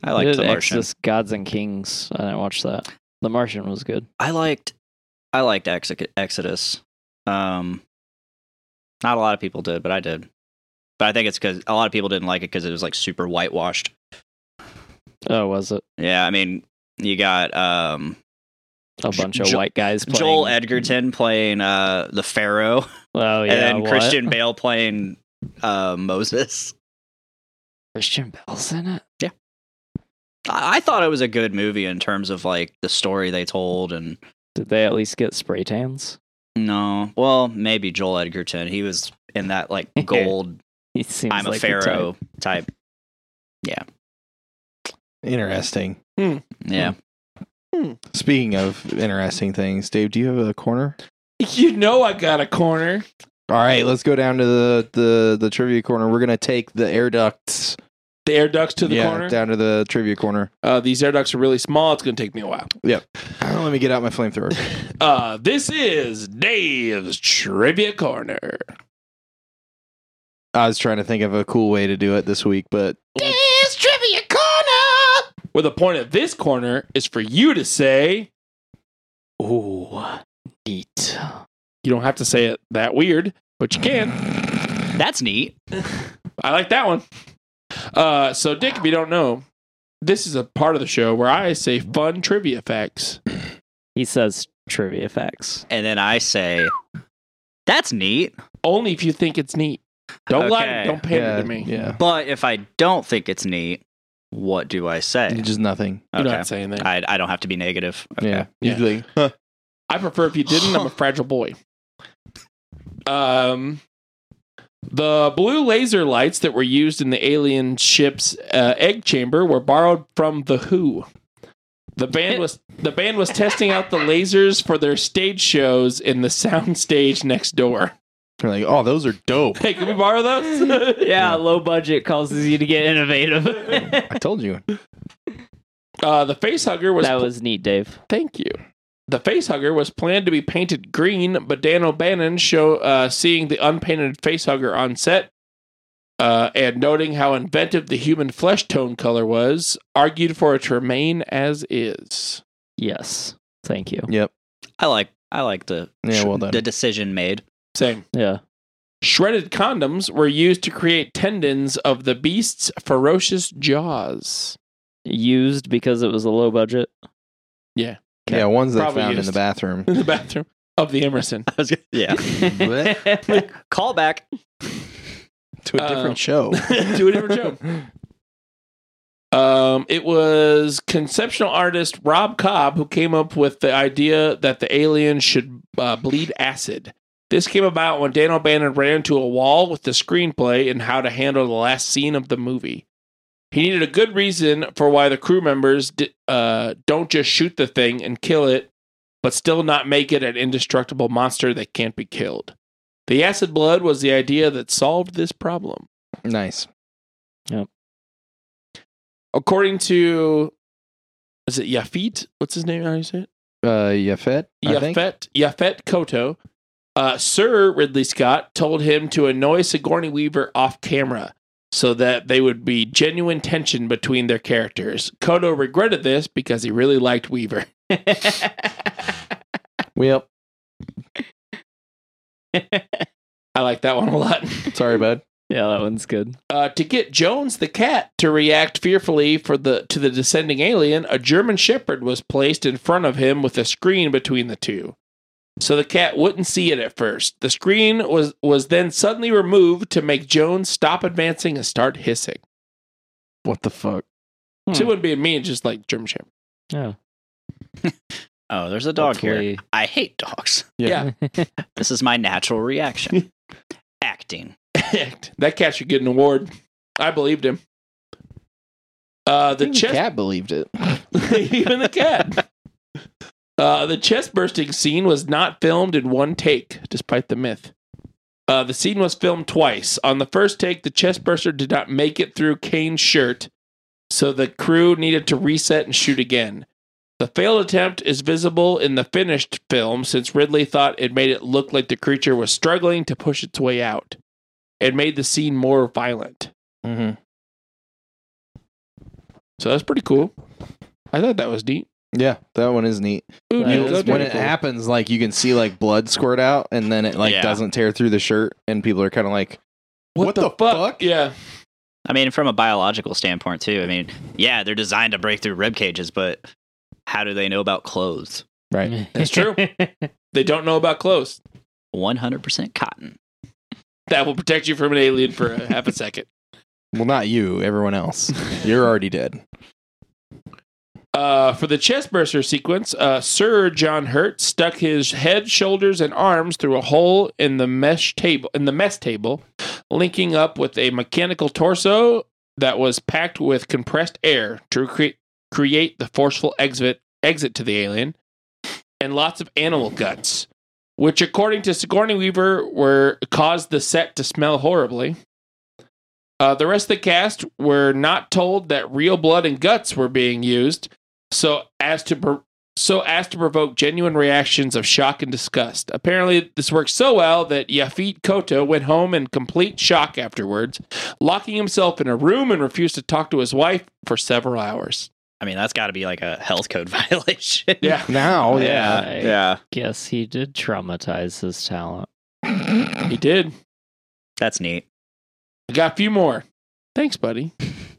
Speaker 2: I
Speaker 4: He
Speaker 2: liked
Speaker 4: did
Speaker 2: The Martian.
Speaker 4: Exodus, gods and kings i didn't watch that the martian was good
Speaker 2: I liked I liked Ex- Exodus. Um not a lot of people did, but I did. But I think it's cuz a lot of people didn't like it cuz it was like super whitewashed.
Speaker 4: oh was it
Speaker 2: Yeah, I mean, you got um
Speaker 4: a
Speaker 2: Jo-
Speaker 4: bunch of
Speaker 2: Jo-
Speaker 4: white guys playing
Speaker 2: Joel Edgerton playing uh the pharaoh
Speaker 4: Oh yeah,
Speaker 2: and then
Speaker 4: what?
Speaker 2: Christian Bale playing uh Moses.
Speaker 4: Christian Bell's in it.
Speaker 2: I-, I thought it was a good movie in terms of like the story they told and
Speaker 4: Did they at least get spray tans?
Speaker 2: no, well, maybe Joel Edgerton. He was in that like gold
Speaker 4: He seems
Speaker 2: I'm a
Speaker 4: like the type.
Speaker 2: pharaoh type.
Speaker 1: Interesting.
Speaker 2: Yeah.
Speaker 1: Speaking of interesting things, Dave, do you have a corner?
Speaker 3: You know I got a corner.
Speaker 1: All right, let's go down to the the, the trivia corner. We're gonna take the air ducts
Speaker 3: The air ducts to the
Speaker 1: yeah,
Speaker 3: corner.
Speaker 1: down to the trivia corner.
Speaker 3: Uh, these air ducts are really small. It's going to take me a while.
Speaker 1: Let me get out my flamethrower.
Speaker 3: Uh, this is Dave's Trivia Corner.
Speaker 1: I was trying to think of a cool way to do it this week, but
Speaker 3: Dave's Trivia Corner! Where the point of this corner is for you to say,
Speaker 4: Ooh, neat.
Speaker 3: you don't have to say it that weird, but you can.
Speaker 4: Hmm.
Speaker 2: That's neat.
Speaker 3: I like that one. Uh, so, Dick, if you don't know, this is a part of the show where I say fun trivia facts.
Speaker 4: He says trivia facts.
Speaker 2: And then I say, that's neat.
Speaker 3: Only if you think it's neat. Don't lie.
Speaker 2: Okay.
Speaker 3: Don't pander
Speaker 1: yeah,
Speaker 3: to me.
Speaker 1: yeah,
Speaker 2: But if I don't think it's neat, what do I say?
Speaker 1: just nothing.
Speaker 3: You're
Speaker 2: Okay.
Speaker 3: not saying that.
Speaker 2: I, I don't have to be negative. Okay.
Speaker 1: Yeah,
Speaker 3: Yeah.
Speaker 1: usually. Huh.
Speaker 3: I prefer if you didn't. I'm a fragile boy. Um, the blue laser lights that were used in the alien ship's uh, egg chamber were borrowed from the Who. The band was the band was testing out the lasers for their stage shows in the sound stage next door.
Speaker 1: They're like, oh, those are dope.
Speaker 3: Hey, can we borrow those?
Speaker 4: Yeah, low budget causes you to get innovative.
Speaker 1: I told you.
Speaker 3: uh, the facehugger was
Speaker 4: that was neat, Dave.
Speaker 3: Thank you. The facehugger was planned to be painted green, but Dan O'Bannon show uh, seeing the unpainted facehugger on set uh, and noting how inventive the human flesh tone color was, argued for it to remain as is.
Speaker 4: Yes, thank you.
Speaker 1: Yep.
Speaker 2: I like I like the
Speaker 1: Yeah, well done.
Speaker 2: the decision made.
Speaker 3: Same.
Speaker 4: Yeah,
Speaker 3: Shredded condoms were used to create tendons of the beast's ferocious jaws.
Speaker 4: used because it was a low budget. Okay.
Speaker 1: Yeah, ones that I
Speaker 3: Probably
Speaker 1: found in
Speaker 3: used.
Speaker 1: the bathroom.
Speaker 3: In the bathroom of the Emerson.
Speaker 2: I was gonna- yeah. Call back.
Speaker 1: to a different
Speaker 3: Uh,
Speaker 1: show.
Speaker 3: to a different show. Um, it was conceptual artist Rob Cobb who came up with the idea that the alien should uh, bleed acid. This came about when Dan O'Bannon ran into a wall with the screenplay and how to handle the last scene of the movie. He needed a good reason for why the crew members di- uh, don't just shoot the thing and kill it, but still not make it an indestructible monster that can't be killed. The acid blood was the idea that solved this problem.
Speaker 1: Nice.
Speaker 3: according to is it Yafit? What's his name? How do you say it?
Speaker 1: Uh, Yafet, I think.
Speaker 3: Yafet Yafet Koto. Uh, Sir Ridley Scott told him to annoy Sigourney Weaver off camera so that they would be genuine tension between their characters. Koto regretted this because he really liked Weaver.
Speaker 1: Yep.
Speaker 3: I like that one a lot.
Speaker 1: Sorry, bud.
Speaker 4: Yeah, that one's good.
Speaker 3: Uh, to get Jones the cat to react fearfully for the to the descending alien, a German shepherd was placed in front of him with a screen between the two. So the cat wouldn't see it at first. The screen was was then suddenly removed to make Jones stop advancing and start hissing.
Speaker 1: What the fuck?
Speaker 4: Hmm.
Speaker 3: So it wouldn't be mean, just like German shepherd.
Speaker 4: Yeah,
Speaker 2: Oh, there's a dog here.
Speaker 4: Hopefully-
Speaker 2: I hate dogs.
Speaker 3: Yeah.
Speaker 2: This is my natural reaction. Acting.
Speaker 3: that cat should get an award. I believed him. Uh, the
Speaker 1: The
Speaker 3: chest
Speaker 1: cat believed it.
Speaker 3: even the cat. Uh, the chest bursting scene was not filmed in one take, despite the myth. Uh, the scene was filmed twice. On the first take, the chest burster did not make it through Kane's shirt, so the crew needed to reset and shoot again. The failed attempt is visible in the finished film since Ridley thought it made it look like the creature was struggling to push its way out. It made the scene more violent.
Speaker 1: Mm-hmm.
Speaker 3: So that's pretty cool. I thought that was neat.
Speaker 1: Yeah, that one is neat.
Speaker 3: Ooh,
Speaker 4: That
Speaker 3: yeah,
Speaker 4: is
Speaker 3: that's
Speaker 1: when
Speaker 3: pretty
Speaker 1: it
Speaker 3: cool.
Speaker 1: happens, like you can see like blood squirt out, and then it like
Speaker 2: Yeah.
Speaker 1: doesn't tear through the shirt, and people are kind of like, "What, the, fuck?"
Speaker 3: Yeah.
Speaker 2: I mean, from a biological standpoint too. I mean, yeah, they're designed to break through rib cages, but how do they know about clothes?
Speaker 1: Right.
Speaker 3: That's true. They don't know about clothes.
Speaker 2: 100% cotton.
Speaker 3: That will protect you from an alien for a half a second.
Speaker 1: Well, not you. Everyone else. You're already dead.
Speaker 3: Uh, for the chest burster sequence, uh, Sir John Hurt stuck his head, shoulders, and arms through a hole in the mesh table in the mess table, linking up with a mechanical torso that was packed with compressed air to cre- create the forceful exit exit to the alien, and lots of animal guts. which, according to Sigourney Weaver, were caused the set to smell horribly. Uh, the rest of the cast were not told that real blood and guts were being used, so as to pro- so as to provoke genuine reactions of shock and disgust. Apparently, this worked so well that Yafit Koto went home in complete shock afterwards, locking himself in a room and refused to talk to his wife for several hours.
Speaker 2: I mean, that's got to be like a health code violation.
Speaker 3: Yeah.
Speaker 1: Now, yeah.
Speaker 4: I
Speaker 2: yeah.
Speaker 4: Guess he did traumatize his talent.
Speaker 3: He did.
Speaker 2: That's neat.
Speaker 3: I got a few more. Thanks, buddy.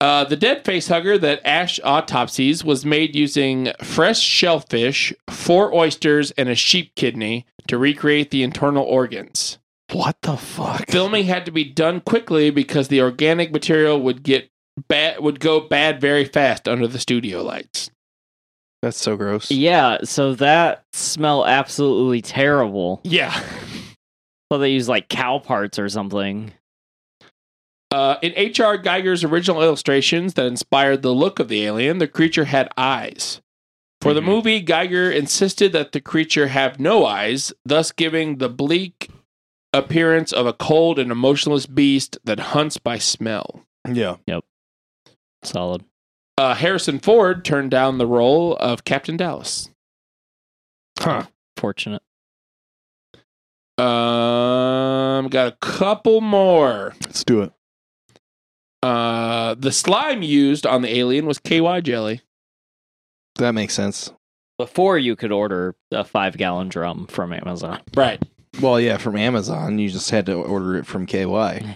Speaker 3: Uh, the dead face hugger that Ash autopsies was made using fresh shellfish, four oysters, and a sheep kidney to recreate the internal organs.
Speaker 1: What the fuck?
Speaker 3: filming had to be done quickly because the organic material would get bad would go bad very fast under the studio lights.
Speaker 1: That's so gross.
Speaker 4: Yeah, so that smell absolutely terrible.
Speaker 3: Yeah.
Speaker 4: Well, they use like cow parts or something.
Speaker 3: Uh, in H.R. Geiger's original illustrations that inspired the look of the alien, the creature had eyes. For the
Speaker 1: Mm-hmm.
Speaker 2: Mhm.
Speaker 3: movie, Geiger insisted that the creature have no eyes, thus giving the bleak appearance of a cold and emotionless beast that hunts by smell.
Speaker 1: Yeah.
Speaker 4: Solid.
Speaker 3: uh, Harrison Ford turned down the role of Captain Dallas. Huh.
Speaker 4: Fortunate.
Speaker 3: Um, got a couple more.
Speaker 1: Let's do it.
Speaker 3: Uh, the slime used on the alien was KY jelly.
Speaker 1: That makes sense.
Speaker 4: Before you could order a five gallon drum from Amazon.
Speaker 3: Right.
Speaker 1: Well, yeah, from Amazon, you just had to order it from KY.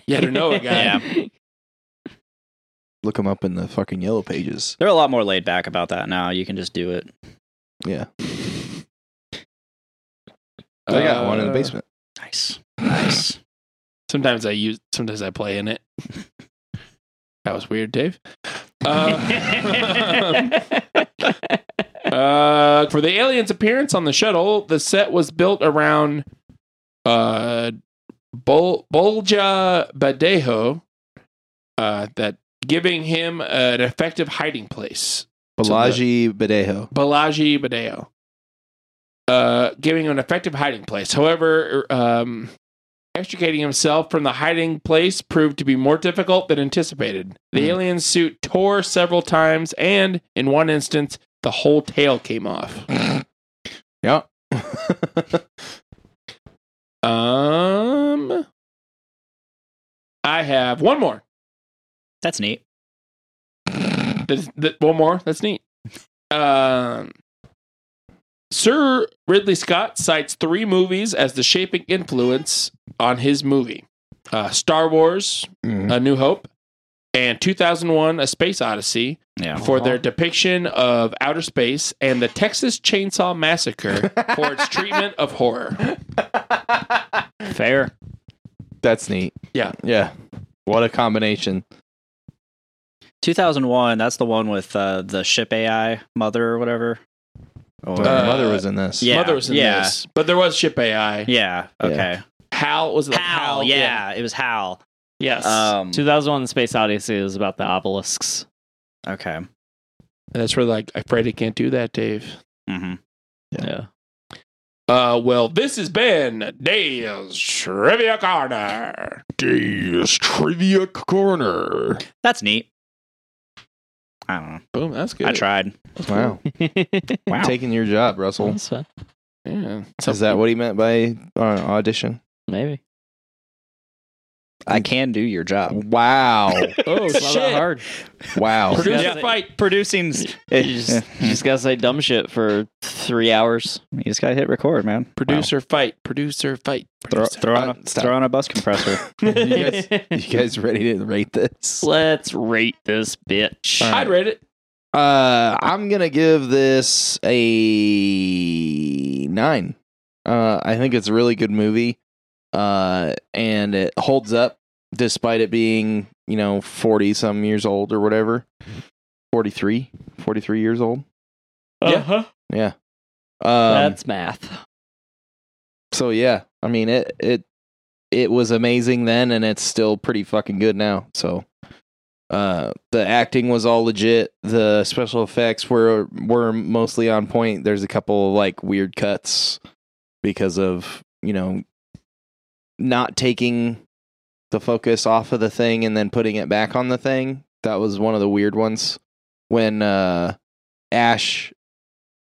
Speaker 3: You had to know it, guy.
Speaker 4: Yeah.
Speaker 1: Look them up in the fucking yellow pages.
Speaker 2: They're a lot more laid back about that now. You can just do it.
Speaker 1: Yeah. I got one in the
Speaker 3: Uh,
Speaker 1: basement.
Speaker 2: Nice. Nice.
Speaker 3: Sometimes I use. Sometimes I play in it. That was weird, Dave. Uh, Uh, for the alien's appearance on the shuttle, the set was built around uh, Bol- Bolja Badejo, uh, that giving him an effective hiding place.
Speaker 1: Balaji Badejo.
Speaker 3: Balaji Badeo, uh, giving him an effective hiding place. However, um, extricating himself from the hiding place proved to be more difficult than anticipated. The
Speaker 1: Mhm.
Speaker 3: alien suit tore several times, and in one instance, the whole tail came off.
Speaker 1: Yeah.
Speaker 3: Um, I have one more.
Speaker 2: That's neat.
Speaker 3: That, that, one more. That's neat. Um, Sir Ridley Scott cites three movies as the shaping influence on his movie: uh, Star Wars,
Speaker 2: Hmm.
Speaker 1: Mhm.
Speaker 3: A New Hope, and 2001: A Space Odyssey
Speaker 2: Yeah.
Speaker 3: for their depiction of outer space and the Texas Chainsaw Massacre for its treatment of horror.
Speaker 4: Fair.
Speaker 1: That's neat.
Speaker 3: Yeah.
Speaker 1: Yeah. What a combination.
Speaker 2: 2001. That's the one with uh, the ship AI mother or whatever. Or,
Speaker 1: My
Speaker 3: Uh,
Speaker 1: mother was in this.
Speaker 2: yeah.
Speaker 3: Mother was in
Speaker 2: yeah.
Speaker 3: this, but there was ship AI.
Speaker 2: yeah.
Speaker 1: Yeah.
Speaker 2: Okay.
Speaker 3: Hal was it like
Speaker 2: Hal. yeah, It was Hal.
Speaker 4: Yes.
Speaker 2: Um,
Speaker 4: 2001 Space Odyssey is about the obelisks.
Speaker 2: Okay.
Speaker 3: And that's where like I'm afraid I can't do that, Dave.
Speaker 2: hmm
Speaker 1: Yeah.
Speaker 3: Uh, well, this has been Dave's Trivia Corner.
Speaker 1: Dave's Trivia Corner.
Speaker 2: That's neat. I don't know.
Speaker 3: Boom, that's good.
Speaker 2: I tried.
Speaker 1: Wow.
Speaker 2: Wow.
Speaker 1: Taking your job, Russell.
Speaker 4: That's fine.
Speaker 3: Yeah.
Speaker 1: Is that what he meant by uh, audition?
Speaker 4: Maybe.
Speaker 2: I can do your job.
Speaker 1: Wow.
Speaker 3: Oh
Speaker 4: It's not that
Speaker 3: shit!
Speaker 4: hard.
Speaker 1: wow.
Speaker 3: Produce
Speaker 4: Yeah.
Speaker 3: a fight.
Speaker 2: Producing's.
Speaker 4: You just, you just gotta say dumb shit for three hours.
Speaker 2: You just gotta hit record, man.
Speaker 3: Producer fight. Producer fight.
Speaker 2: Throw,
Speaker 3: Producer.
Speaker 2: throw, on a,
Speaker 1: Uh, stop.
Speaker 2: throw on a bus compressor.
Speaker 1: you, guys, you guys ready to rate this?
Speaker 4: Let's rate this bitch.
Speaker 3: I'd read it.
Speaker 1: Uh, I'm gonna give this a nine. Uh, I think it's a really good movie. Uh, and it holds up despite it being you know 40 some years old or whatever 43 43 years old
Speaker 3: Yeah.
Speaker 1: yeah um,
Speaker 4: That's math.
Speaker 1: so yeah i mean it it it was amazing then and it's still pretty fucking good now so Uh, the acting was all legit. The special effects were were mostly on point. There's a couple like weird cuts because of you know not taking the focus off of the thing and then putting it back on the thing. That was one of the weird ones when uh, Ash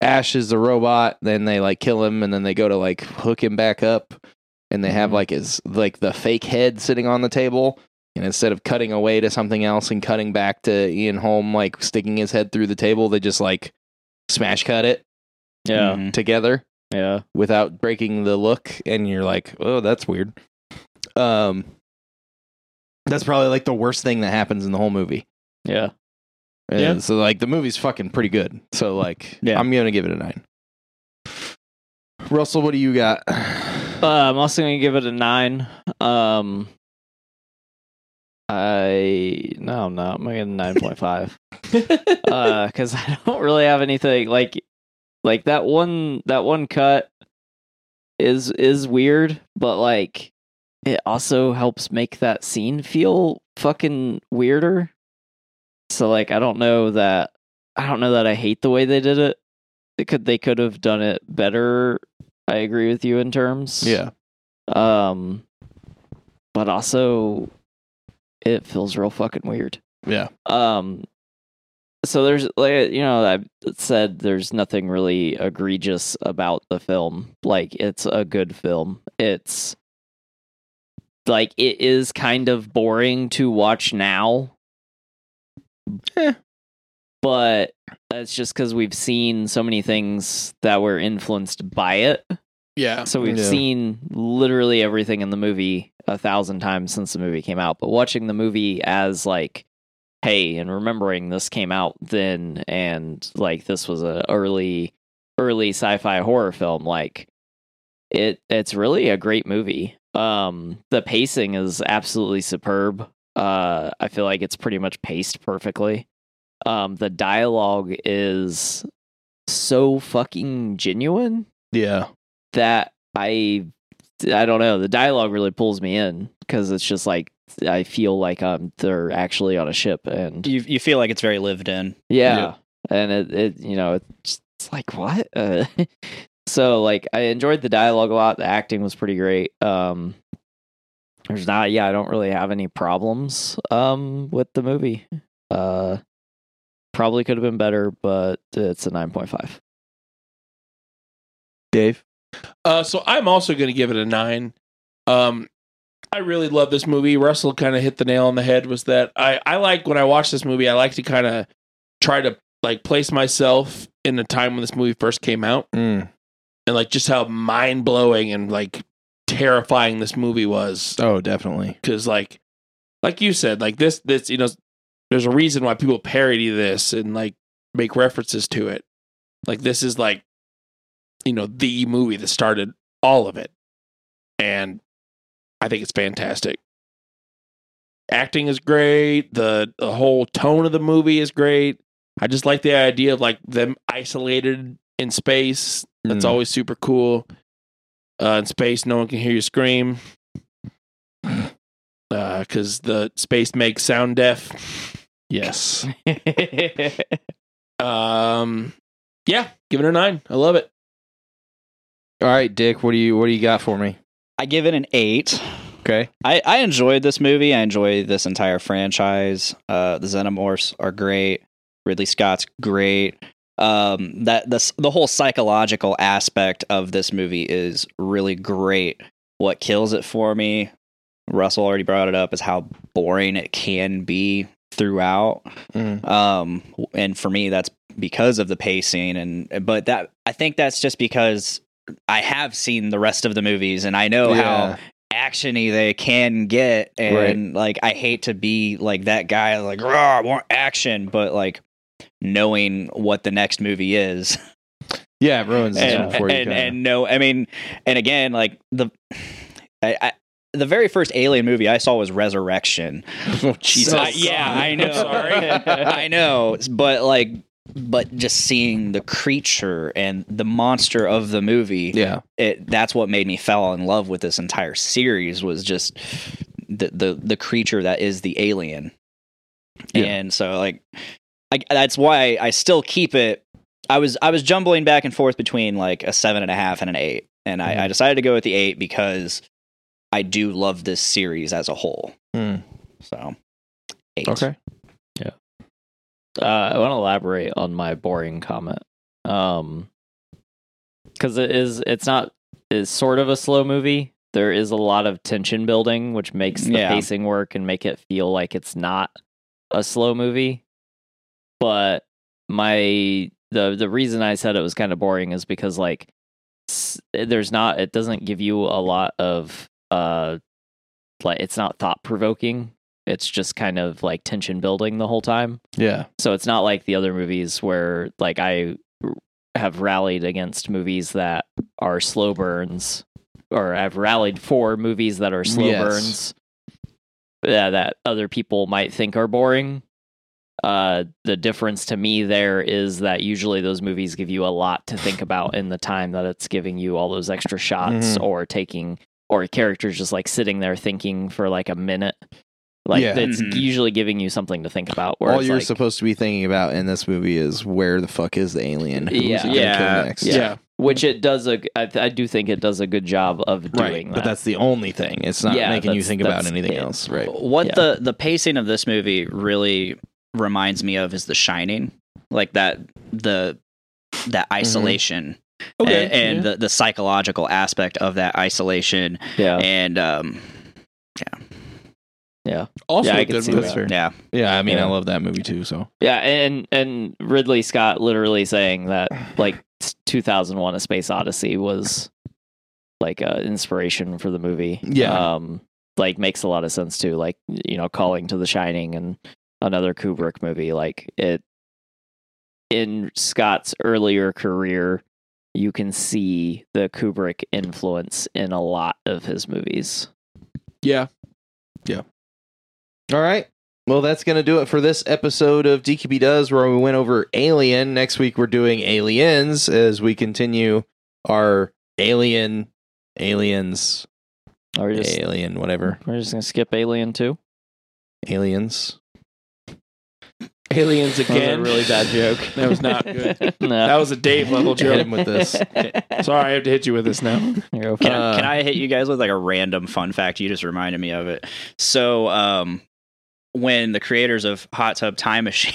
Speaker 1: Ash is the robot. Then they like kill him and then they go to like hook him back up and they have like his like the fake head sitting on the table and instead of cutting away to something else and cutting back to Ian Holm like sticking his head through the table they just like smash cut it
Speaker 4: Yeah.
Speaker 2: Mhm.
Speaker 1: together
Speaker 4: Yeah.
Speaker 1: without breaking the look and you're like oh that's weird um that's probably like the worst thing that happens in the whole movie
Speaker 4: Yeah.
Speaker 1: And
Speaker 3: Yeah.
Speaker 1: so like the movie's fucking pretty good so like
Speaker 2: Yeah.
Speaker 1: I'm gonna give it a nine Russell what do you got
Speaker 4: Uh, I'm also gonna give it a nine. Um, I no, I'm not. I'm gonna get a nine point five. uh, because I don't really have anything like, like that one that one cut is is weird, but like it also helps make that scene feel fucking weirder. So like I don't know that I don't know that I hate the way they did it. They could they could have done it better. I agree with you in terms.
Speaker 1: yeah
Speaker 4: Um, but also, it feels real fucking weird.
Speaker 1: Yeah.
Speaker 4: Um, so there's like you know I said there's nothing really egregious about the film. Like it's a good film. It's like it is kind of boring to watch now.
Speaker 1: Eh.
Speaker 4: But that's just because we've seen so many things that were influenced by it.
Speaker 3: yeah.
Speaker 4: So we've
Speaker 1: Yeah.
Speaker 4: seen literally everything in the movie a thousand times since the movie came out. But watching the movie as like, hey, and remembering this came out then, and like this was a early, early sci-fi horror film. Like, it it's really a great movie. Um, the pacing is absolutely superb. Uh, I feel like it's pretty much paced perfectly. Um, the dialogue is so fucking genuine
Speaker 1: Yeah.
Speaker 4: that I I don't know. The dialogue really pulls me in because it's just like I feel like um they're actually on a ship and
Speaker 2: You you feel like it's very lived in.
Speaker 4: yeah, and it, it you know it's, it's like what uh, so like i enjoyed the dialogue a lot the acting was pretty great um there's not yeah i don't really have any problems um with the movie uh probably could have been better but it's a 9.5
Speaker 1: Dave.
Speaker 3: Uh, so I'm also going to give it a nine. Um, I really love this movie. Russell kind of hit the nail on the head. Was that I? I like when I watch this movie. I like to kind of try to like place myself in the time when this movie first came out,
Speaker 1: Mm.
Speaker 3: and like just how mind blowing and like terrifying this movie was.
Speaker 1: Oh, definitely.
Speaker 3: because like like you said like this this you know there's a reason why people parody this and like make references to it like this is like you know the movie that started all of it and i think it's fantastic acting is great the the whole tone of the movie is great i just like the idea of like them isolated in space that's
Speaker 1: Mm. Hmm.
Speaker 3: always super cool. Uh, in space, no one can hear you scream because the space makes sound deaf. Yes. Um. Yeah, give it a nine. I love it.
Speaker 1: All right, Dick. What do you What do you got for me?
Speaker 2: I give it an eight.
Speaker 1: Okay.
Speaker 2: I, I enjoyed this movie. I enjoy this entire franchise. Uh, the Xenomorphs are great. Ridley Scott's great. Um, that this the whole psychological aspect of this movie is really great. What kills it for me, Russell already brought it up, is how boring it can be throughout um and for me that's because of the pacing and but that i think that's just because i have seen the rest of the movies and i know
Speaker 1: Yeah.
Speaker 2: Oh, how actiony they can get and like i hate to be like that guy like raw more action but like knowing what the next movie is
Speaker 1: Yeah, it ruins this
Speaker 2: and,
Speaker 1: one for you.
Speaker 2: and,
Speaker 1: kinda.
Speaker 2: and no i mean and again like the I, I the very first alien movie i saw was resurrection
Speaker 1: oh, Jesus.
Speaker 2: I- yeah, I know.
Speaker 3: I'm sorry.
Speaker 2: I know, but like, but just seeing the creature and the monster of the movie,
Speaker 1: yeah.
Speaker 2: it that's what made me fall in love with this entire series was just the the the creature that is the alien.
Speaker 1: Yeah.
Speaker 2: and so like I, that's why I still keep it. I was I was jumbling back and forth between like a seven and a half and an eight, and
Speaker 1: Mm-hmm.
Speaker 2: I, I decided to go with the eight because I do love this series as a whole.
Speaker 1: Hmm.
Speaker 2: So eight.
Speaker 3: Okay.
Speaker 4: uh, I want to elaborate on my boring comment. Um, because it is, it's not, it's sort of a slow movie. There is a lot of tension building, which makes the
Speaker 2: Yeah.
Speaker 4: pacing work and make it feel like it's not a slow movie. But my the the reason I said it was kind of boring is because like s- there's not it doesn't give you a lot of uh like it's not thought provoking. It's just kind of like tension building the whole time.
Speaker 1: Yeah.
Speaker 4: So it's not like the other movies where like I r- have rallied against movies that are slow burns or I've rallied for movies that are slow
Speaker 1: Yes.
Speaker 4: burns yeah, that other people might think are boring. Uh, the difference to me there is that usually those movies give you a lot to think about in the time that it's giving you all those extra shots
Speaker 1: Mhm.
Speaker 4: or taking or characters just like sitting there thinking for like a minute. Like
Speaker 1: Yeah.
Speaker 4: it's
Speaker 2: Mhm.
Speaker 4: usually giving you something to think about. where
Speaker 1: All
Speaker 4: it's
Speaker 1: you're
Speaker 4: like,
Speaker 1: supposed to be thinking about in this movie is where the fuck is the alien? Who's
Speaker 4: Yeah.
Speaker 1: it gonna
Speaker 2: Yeah.
Speaker 1: kill next?
Speaker 4: Yeah.
Speaker 3: Yeah.
Speaker 4: which it does a I, th- I do think it does a good job of doing
Speaker 1: Right.
Speaker 4: that.
Speaker 1: But that's the only thing. It's not
Speaker 4: Yeah,
Speaker 1: making you
Speaker 4: that's-
Speaker 1: think about
Speaker 4: that's
Speaker 1: anything
Speaker 4: it.
Speaker 1: else. Right.
Speaker 2: What
Speaker 4: Yeah.
Speaker 2: the the pacing of this movie really reminds me of is The Shining, like that the that isolation
Speaker 3: Okay.
Speaker 2: and, and the, the psychological aspect of that isolation
Speaker 4: yeah.
Speaker 2: and um
Speaker 3: also
Speaker 4: Yeah, I
Speaker 3: a
Speaker 4: could
Speaker 3: good
Speaker 4: see
Speaker 3: movie.
Speaker 4: that.
Speaker 2: yeah
Speaker 1: Yeah, I mean,
Speaker 4: Yeah.
Speaker 1: I love that movie too. So
Speaker 4: Yeah, and and Ridley Scott literally saying that like 2001 A Space Odyssey was like uh, inspiration for the movie.
Speaker 1: Yeah.
Speaker 4: Um like makes a lot of sense too, like you know calling to The Shining and another Kubrick movie like it in Scott's earlier career you can see the Kubrick influence in a lot of his movies.
Speaker 3: Yeah.
Speaker 1: All right. Well, that's going to do it for this episode of DQB Does, where we went over Alien. Next week, we're doing Aliens as we continue our Alien, Aliens,
Speaker 4: Are we just
Speaker 1: Alien, whatever.
Speaker 4: We're just gonna skip Alien too.
Speaker 1: Aliens.
Speaker 3: Aliens
Speaker 4: That was
Speaker 3: again.
Speaker 4: a really bad joke.
Speaker 3: That was not good.
Speaker 4: no,
Speaker 3: That was a Dave level
Speaker 1: Hit
Speaker 3: joke.
Speaker 1: him with this.
Speaker 3: Sorry, I have to hit you with this now.
Speaker 4: You're okay.
Speaker 2: can,
Speaker 1: Uh,
Speaker 2: can i hit you guys with like a random fun fact you just reminded me of it so um when the creators of hot tub time machine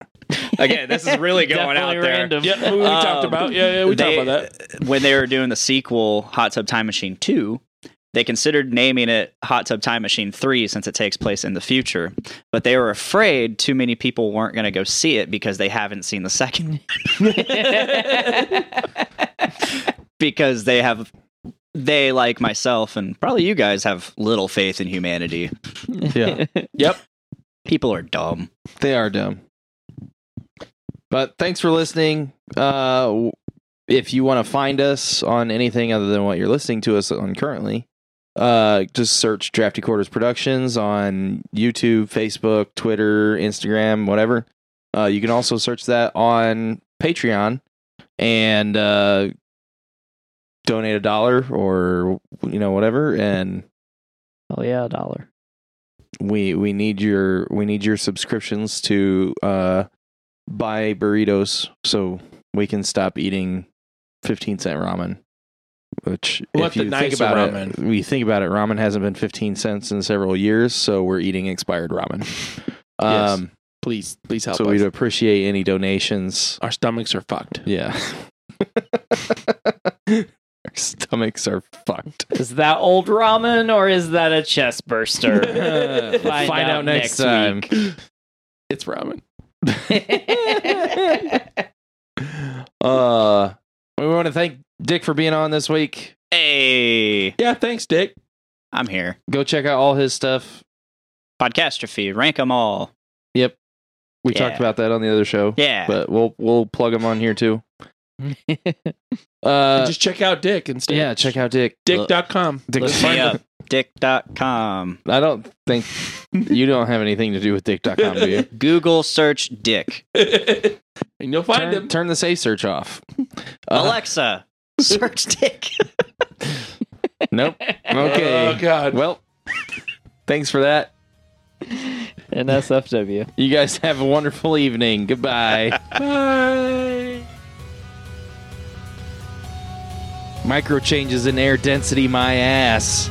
Speaker 2: again this is really going out
Speaker 4: Definitely
Speaker 2: there
Speaker 4: random.
Speaker 3: Yep, we talked
Speaker 2: Um,
Speaker 3: about. Yeah, yeah, we
Speaker 2: they-
Speaker 3: talked about that.
Speaker 2: when they were doing the sequel hot tub time machine 2 they considered naming it hot tub time machine 3 since it takes place in the future but they were afraid too many people weren't going to go see it because they haven't seen the second because they have they like myself and probably you guys have little faith in humanity
Speaker 1: Yeah.
Speaker 2: people are dumb
Speaker 1: They are dumb. But thanks for listening. Uh, w- if you want to find us on anything other than what you're listening to us on currently, uh, just search Drafty Quarters Productions on YouTube, Facebook, Twitter, Instagram, whatever. Uh, you can also search that on Patreon and uh, donate a dollar or you know whatever, and
Speaker 4: Oh yeah, a dollar.
Speaker 1: we we need your we need your subscriptions to uh buy burritos so we can stop eating 15 cent ramen which
Speaker 3: What
Speaker 1: if
Speaker 3: the
Speaker 1: you think
Speaker 3: nicer
Speaker 1: about it
Speaker 3: ramen.
Speaker 1: we think about it ramen hasn't been 15 cents in several years so we're eating expired ramen um
Speaker 3: Please, please help
Speaker 1: so
Speaker 3: us.
Speaker 1: we'd appreciate any donations
Speaker 3: Our stomachs are fucked.
Speaker 1: yeah our stomachs are fucked
Speaker 4: Is that old ramen or is that a chest burster?
Speaker 1: We'll
Speaker 4: Find out next
Speaker 3: It's ramen.
Speaker 1: time uh we want to thank dick for being on this week
Speaker 2: hey
Speaker 3: Yeah, thanks, Dick.
Speaker 2: i'm here
Speaker 1: go check out all his stuff
Speaker 2: podcastrophy rank them all
Speaker 1: yep we
Speaker 2: Yeah.
Speaker 1: talked about that on the other show
Speaker 2: yeah
Speaker 1: but we'll we'll plug him on here too uh
Speaker 3: just check out Dick instead.
Speaker 1: yeah check out uh, dick
Speaker 3: Dick.com.
Speaker 1: Dick-
Speaker 2: look me up dick.com
Speaker 1: i don't think you don't have anything to do with dick.com do you
Speaker 2: google search dick
Speaker 3: and you'll find
Speaker 1: turn,
Speaker 3: him.
Speaker 1: turn the safe search off Uh,
Speaker 2: alexa search dick
Speaker 1: nope okay
Speaker 3: Oh, God.
Speaker 1: well thanks for that
Speaker 4: in SFW.
Speaker 1: You guys have a wonderful evening. Goodbye.
Speaker 3: Bye.
Speaker 1: Micro changes in air density, my ass.